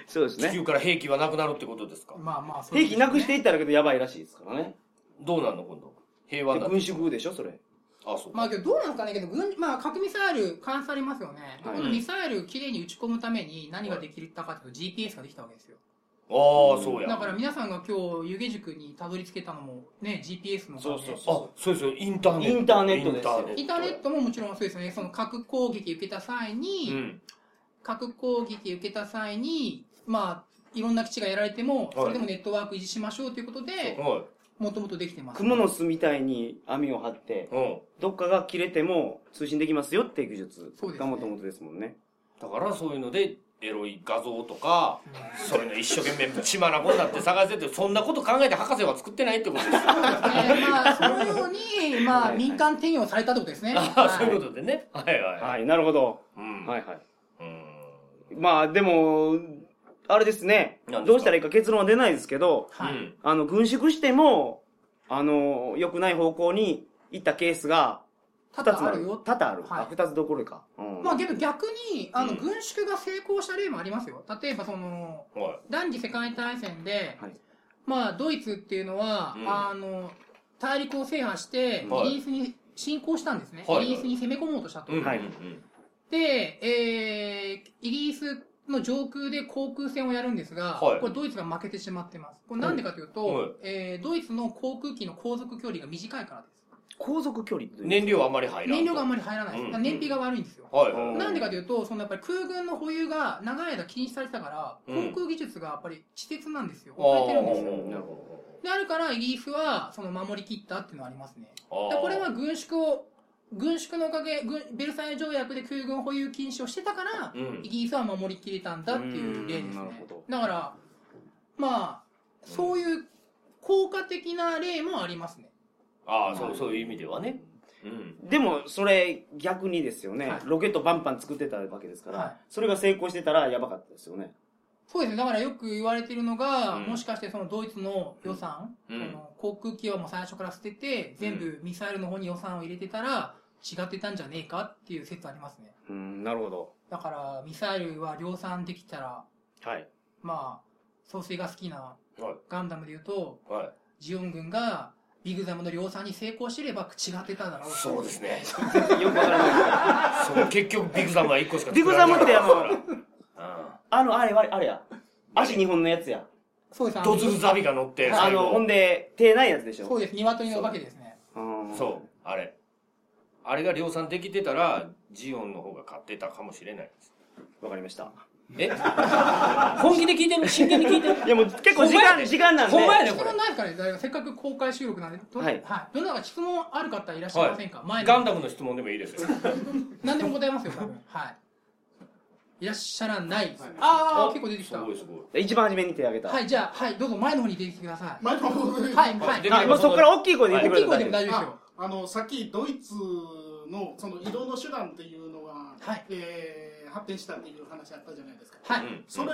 [SPEAKER 1] そうです
[SPEAKER 3] 地
[SPEAKER 1] ね。
[SPEAKER 3] 球から兵器はなくなるってことですか
[SPEAKER 2] まあまあ、そうで
[SPEAKER 1] 兵
[SPEAKER 2] すね
[SPEAKER 1] 器なくしていったらけどやばいらしいですからね。
[SPEAKER 3] どうなんの今度。平和
[SPEAKER 1] で
[SPEAKER 3] になる。
[SPEAKER 1] 軍縮でしょ、それ。
[SPEAKER 3] あ、そう
[SPEAKER 2] まあ
[SPEAKER 3] か。
[SPEAKER 2] けど、どうなんですかね、けど、軍、まあ、核ミサイル、監視されますよね。で
[SPEAKER 1] はい
[SPEAKER 2] このミサイル、きれいに撃ち込むために、何ができたかというと、GPS ができたわけですよ。
[SPEAKER 3] ああ、そうや。
[SPEAKER 2] だから、皆さんが今日、湯気塾にたどり着けたのも、ね、GPS のおか
[SPEAKER 1] そ
[SPEAKER 2] げ
[SPEAKER 1] うそうそう
[SPEAKER 3] あ、そうですよ。インターネット。
[SPEAKER 1] インターネットですよ
[SPEAKER 2] インターネットももちろんそうですよね。その核攻撃受けた際に、
[SPEAKER 3] うん。
[SPEAKER 2] 核攻撃受けた際に、まあ、いろんな基地がやられても、それでもネットワーク維持しましょうということで、
[SPEAKER 3] は
[SPEAKER 2] もともとできてます。
[SPEAKER 1] 蜘蛛の巣みたいに網を張って
[SPEAKER 3] い。、うん。
[SPEAKER 1] どっかが切れても通信できますよっていう技術
[SPEAKER 2] そうです
[SPEAKER 1] が
[SPEAKER 2] ね
[SPEAKER 1] もともとですもんね。
[SPEAKER 3] だからそういうので、エロい画像とか、そういうの一生懸命血まなこになって探してて、そんなこと考えて博士は作ってないってことですよ。
[SPEAKER 2] えーまあ、そのように、まあ、民間転用されたってことですね。
[SPEAKER 3] ああ、そうい
[SPEAKER 2] は
[SPEAKER 3] うことでね。はいはい。
[SPEAKER 1] はいい、なるほど。
[SPEAKER 3] うん。
[SPEAKER 1] はいはい。
[SPEAKER 3] うん。
[SPEAKER 1] まあでも、あれですね
[SPEAKER 3] 何ですか
[SPEAKER 1] どうしたらいいか結論は出ないですけど、
[SPEAKER 2] は
[SPEAKER 3] う
[SPEAKER 2] い。
[SPEAKER 3] ん
[SPEAKER 1] あの、軍縮しても、あの、良くない方向に行ったケースが、
[SPEAKER 2] 多
[SPEAKER 1] 二つ
[SPEAKER 2] 々あるよ。
[SPEAKER 1] 多々ある。
[SPEAKER 2] はい
[SPEAKER 1] あ二つどころか。うん
[SPEAKER 2] まあ、けど逆に、あ
[SPEAKER 3] う
[SPEAKER 2] の、
[SPEAKER 3] ん
[SPEAKER 2] 軍縮が成功した例もありますよ。例えば、その、
[SPEAKER 3] は
[SPEAKER 2] 第二次世界大戦で、
[SPEAKER 1] はい
[SPEAKER 2] まあ、ドイツっていうのは、
[SPEAKER 3] うん
[SPEAKER 2] あの、大陸を制覇して、
[SPEAKER 3] はい
[SPEAKER 2] イギリスに侵攻したんですね。
[SPEAKER 3] はい
[SPEAKER 2] イギリスに攻め込もうとしたと。
[SPEAKER 3] い。うん
[SPEAKER 1] はい
[SPEAKER 3] うんうん
[SPEAKER 2] で、えー、イギリスの上空で航空戦をやるんですが、
[SPEAKER 3] はい
[SPEAKER 2] これドイツが負けてしまってます。これなんでかというと、
[SPEAKER 3] はい
[SPEAKER 2] えードイツの航空機の航続距離が短いからです。
[SPEAKER 1] 航続距離ってどういう
[SPEAKER 3] 燃料はあんまり入らんと
[SPEAKER 2] 燃料があんまり入らないです。
[SPEAKER 3] う
[SPEAKER 2] だ
[SPEAKER 3] ん
[SPEAKER 2] から燃費が悪いんですよ。
[SPEAKER 3] はい
[SPEAKER 1] うん
[SPEAKER 2] なんでかというと、そのやっぱり空軍の保有が長い間禁止されてたから、
[SPEAKER 3] うん
[SPEAKER 2] 航空技術がやっぱり稚拙なんですよ。
[SPEAKER 3] あー
[SPEAKER 2] 遅れてるんですよ。
[SPEAKER 1] なるほ
[SPEAKER 2] であるから、イギリスはその守り切ったっていうのはありますね。
[SPEAKER 3] あ
[SPEAKER 2] で
[SPEAKER 3] ー
[SPEAKER 2] これは軍縮を、軍縮のおかげ、軍ベルサイユ条約で空軍保有禁止をしてたから、
[SPEAKER 3] うん
[SPEAKER 2] イギリスは守りきれたんだっていう例です
[SPEAKER 1] うんな
[SPEAKER 2] ね
[SPEAKER 1] るほど。
[SPEAKER 2] だから、まあ、そういう効果的な例もありますね。
[SPEAKER 3] ああそうそういう意味ではねうん
[SPEAKER 1] どでもそれ逆にですよね、
[SPEAKER 2] はい
[SPEAKER 1] ロケットバンバン作ってたわけですから、
[SPEAKER 2] はい
[SPEAKER 1] それが成功してたらやばかったですよね
[SPEAKER 2] そうですね。だからよく言われてるのが、
[SPEAKER 3] うん
[SPEAKER 2] もしかしてそのドイツの予算、
[SPEAKER 3] うん
[SPEAKER 2] その航空機をもう最初から捨てて、全部ミサイルの方に予算を入れてたら、違ってたんじゃねえかっていう説ありますね。
[SPEAKER 1] うんなるほど
[SPEAKER 2] だから、ミサイルは量産できたら、
[SPEAKER 3] はい
[SPEAKER 2] まあ、創生が好きな
[SPEAKER 3] はい
[SPEAKER 2] ガンダムで言うと、
[SPEAKER 3] はい
[SPEAKER 2] ジオン軍がビグザムの量産に成功してれば違ってたんだろう。
[SPEAKER 3] そうです ね
[SPEAKER 1] よくわからない
[SPEAKER 3] そう結局ビッグザムは1個しか
[SPEAKER 1] ビッグザムってあの
[SPEAKER 3] の
[SPEAKER 1] あのあれあれあれや足2本のやつや
[SPEAKER 2] そうです。あの
[SPEAKER 3] ドズルザビが乗って
[SPEAKER 1] あ
[SPEAKER 3] 最
[SPEAKER 1] のほ
[SPEAKER 3] 後
[SPEAKER 1] んで手ないやつでしょ
[SPEAKER 2] そうです。鶏のお化けですね。
[SPEAKER 1] うん
[SPEAKER 3] そうあれあれが量産できてたらジオンの方が買ってたかもしれないです
[SPEAKER 1] わかりました
[SPEAKER 3] え本気で聞いてる真剣に聞いてる
[SPEAKER 1] いやもう結構時
[SPEAKER 3] ほんまや
[SPEAKER 1] 間
[SPEAKER 3] で
[SPEAKER 1] 時間なんで
[SPEAKER 3] ほんまやで
[SPEAKER 2] 質
[SPEAKER 3] これ
[SPEAKER 2] 問ないですからねだからせっかく公開収録なんで、ど
[SPEAKER 1] はい
[SPEAKER 2] どなたか質問ある方いらっしゃいませんか、前
[SPEAKER 3] ガ
[SPEAKER 2] の
[SPEAKER 3] ンダムの質問でもいいですよ
[SPEAKER 2] 何でも答えますよ、多分。はい。いらっしゃらないです。ああ、結構出てき
[SPEAKER 3] す
[SPEAKER 2] た。
[SPEAKER 3] ごいすごい
[SPEAKER 1] 一番初めに手挙げた、
[SPEAKER 2] はい、じゃあ、はい、どうぞ前の方に出てきてください。
[SPEAKER 4] 前の方で
[SPEAKER 2] はい、は
[SPEAKER 3] で
[SPEAKER 2] い。
[SPEAKER 1] あもうそこから大きい声で言ってくれ
[SPEAKER 2] 大きい
[SPEAKER 1] たら
[SPEAKER 2] 声でも大丈夫ですよ
[SPEAKER 4] あ。あのさっきドイツのその移動の手段っていうのが、
[SPEAKER 2] はい
[SPEAKER 4] えー発展したっていう話あったじゃないですか
[SPEAKER 2] は
[SPEAKER 3] う
[SPEAKER 2] い。
[SPEAKER 3] ん
[SPEAKER 4] それ、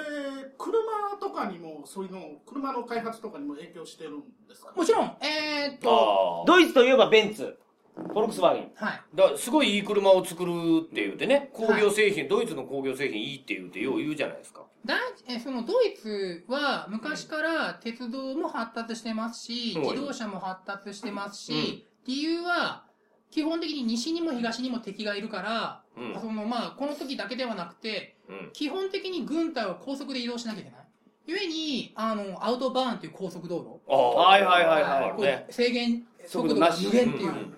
[SPEAKER 4] 車とかにもそういうの車の開発とかにも影響してるんですか
[SPEAKER 2] もちろん、えーっと、
[SPEAKER 3] ああ
[SPEAKER 1] ドイツといえばベンツフォルクスワーゲン
[SPEAKER 2] はい。
[SPEAKER 3] だすごいいい車を作るって言うてね工業製品、ドイツの工業製品いいって言うてよう言うじゃないですか
[SPEAKER 2] 第一えそのドイツは昔から鉄道も発達してますし、
[SPEAKER 3] うん
[SPEAKER 2] 自動車も発達してますし、理由は基本的に西にも東にも敵がいるから、
[SPEAKER 3] うん
[SPEAKER 2] そのまあ、この時だけではなくて、
[SPEAKER 3] うん
[SPEAKER 2] 基本的に軍隊を高速で移動しなきゃいけない。故に、あの、アウトバーンという高速道
[SPEAKER 3] ああ
[SPEAKER 1] はいはいはいはい
[SPEAKER 2] 路。
[SPEAKER 3] ね
[SPEAKER 2] こう制限
[SPEAKER 1] 速
[SPEAKER 2] 速
[SPEAKER 1] 度
[SPEAKER 2] 度
[SPEAKER 1] な
[SPEAKER 2] が
[SPEAKER 1] し
[SPEAKER 2] 無
[SPEAKER 3] うん
[SPEAKER 2] 限
[SPEAKER 3] う
[SPEAKER 2] っ
[SPEAKER 3] ん
[SPEAKER 2] ていう、
[SPEAKER 3] うん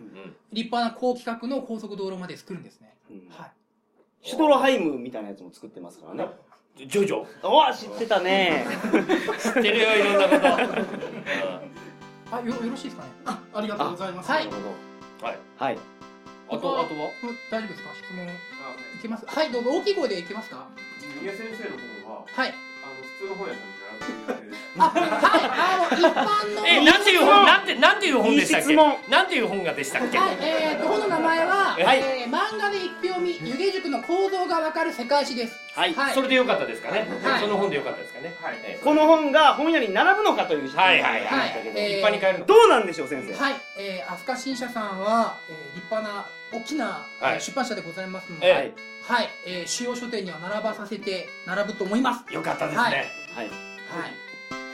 [SPEAKER 2] 立派な高規格の高速道路まで作るんですね。はい。
[SPEAKER 1] シュトロハイムみたいなやつも作ってますからね
[SPEAKER 3] ジョジョ
[SPEAKER 1] おわ知ってたね
[SPEAKER 3] 知ってるよいろんなこと、
[SPEAKER 2] あ、よ、よろしいですかね
[SPEAKER 4] あありがとうございます
[SPEAKER 2] あはい
[SPEAKER 1] なるほ
[SPEAKER 3] うんはい
[SPEAKER 1] どはい
[SPEAKER 3] あとあとは
[SPEAKER 2] これ大丈夫ですか質問。い
[SPEAKER 5] あはい
[SPEAKER 2] けますはい、どうぞ。大きい声でいけますか
[SPEAKER 5] 宮先生の方は
[SPEAKER 2] はい。
[SPEAKER 5] あの普通の本屋さんに並んでるんで
[SPEAKER 2] あ、はい、あの、一般の。
[SPEAKER 3] えなんていう本なんてなんていう本でしたっ
[SPEAKER 1] い
[SPEAKER 3] け
[SPEAKER 1] い質問
[SPEAKER 3] なんていう本がでしたっけ、
[SPEAKER 2] はい、えーと、本の名前は、
[SPEAKER 1] はい
[SPEAKER 2] えー漫画で一票見、湯気塾の構造がわかる世界史です。
[SPEAKER 1] はい
[SPEAKER 2] はい。
[SPEAKER 3] それでよかったですかね、
[SPEAKER 2] はい
[SPEAKER 3] その本でよかったですかね、
[SPEAKER 5] はい
[SPEAKER 3] ええ
[SPEAKER 1] この本が本屋に並ぶのかという質問
[SPEAKER 3] はいはい
[SPEAKER 1] が
[SPEAKER 3] は
[SPEAKER 1] ありましたけど
[SPEAKER 2] はいえ
[SPEAKER 3] 一般に買えるの
[SPEAKER 1] どうなんでしょう先生
[SPEAKER 2] はい、えー、飛鳥新社さんは、えー立派な、大きな、
[SPEAKER 3] はい
[SPEAKER 2] えー出版社でございますの
[SPEAKER 3] え
[SPEAKER 2] で、
[SPEAKER 3] え
[SPEAKER 2] はい、えー主要書店には並ばさせて、並ぶと思います。
[SPEAKER 3] よかったですね、
[SPEAKER 2] はい
[SPEAKER 1] はい
[SPEAKER 2] はい。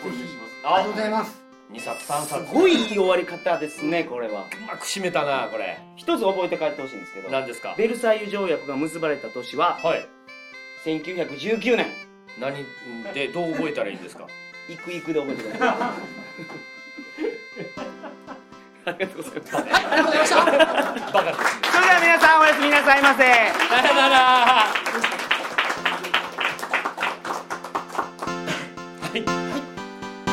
[SPEAKER 5] 購入
[SPEAKER 2] ぜ
[SPEAKER 5] し
[SPEAKER 2] ひ
[SPEAKER 5] ま、す
[SPEAKER 2] ありがとうございます。
[SPEAKER 3] 2冊3冊
[SPEAKER 1] すごいいい終わり方ですねこれは
[SPEAKER 3] うまく締めたなこれ
[SPEAKER 1] 一つ覚えて帰ってほしいんですけど
[SPEAKER 3] 何ですか
[SPEAKER 1] ベルサイユ条約が結ばれた年は
[SPEAKER 3] はい
[SPEAKER 1] 1919年
[SPEAKER 3] 何でどう覚えたらいいんですか
[SPEAKER 1] いくいくで覚えてくださいありがとうございますそれで
[SPEAKER 2] はい、ありがとうございました。
[SPEAKER 3] バカです
[SPEAKER 1] は皆さんおやすみなさいませ
[SPEAKER 3] さよならはい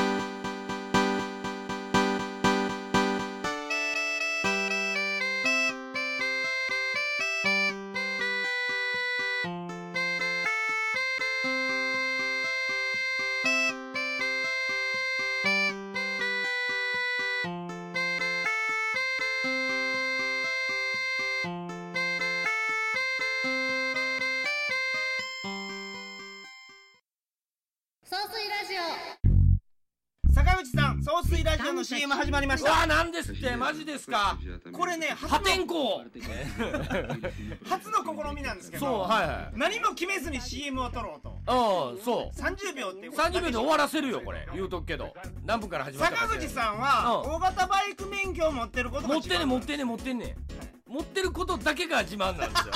[SPEAKER 6] 総水ラジオ
[SPEAKER 1] 坂口さん総水ラジオの CM 始まりまし
[SPEAKER 3] うわ
[SPEAKER 1] た
[SPEAKER 3] ーなんですってマジですか
[SPEAKER 1] これね初
[SPEAKER 3] 破
[SPEAKER 1] の
[SPEAKER 3] 天荒
[SPEAKER 1] 初の試みなんですけ
[SPEAKER 3] そう
[SPEAKER 1] ど
[SPEAKER 3] はいはい
[SPEAKER 1] 何も決めずに CM を撮ろうと
[SPEAKER 3] ああそう
[SPEAKER 1] 30秒っていうことだけ
[SPEAKER 3] 30秒で終わらせるよこれ言うとくけど何分から始まったか
[SPEAKER 1] 坂口
[SPEAKER 3] ん
[SPEAKER 1] さんは
[SPEAKER 3] うん
[SPEAKER 1] 大型バイク免許を持ってることが
[SPEAKER 3] 持
[SPEAKER 1] 違
[SPEAKER 3] ってんねん持ってんねん持ってんねん持ってることだけが自慢なんです よ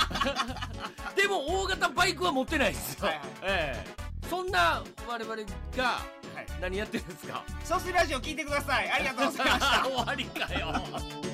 [SPEAKER 3] でも大型バイクは持ってないんですよ、
[SPEAKER 7] はいはい
[SPEAKER 3] ええそんな我々が
[SPEAKER 7] はい
[SPEAKER 3] 何やってるんですか
[SPEAKER 7] ソースラジオ聞いてくださいありがとうございました
[SPEAKER 3] 終わりかよ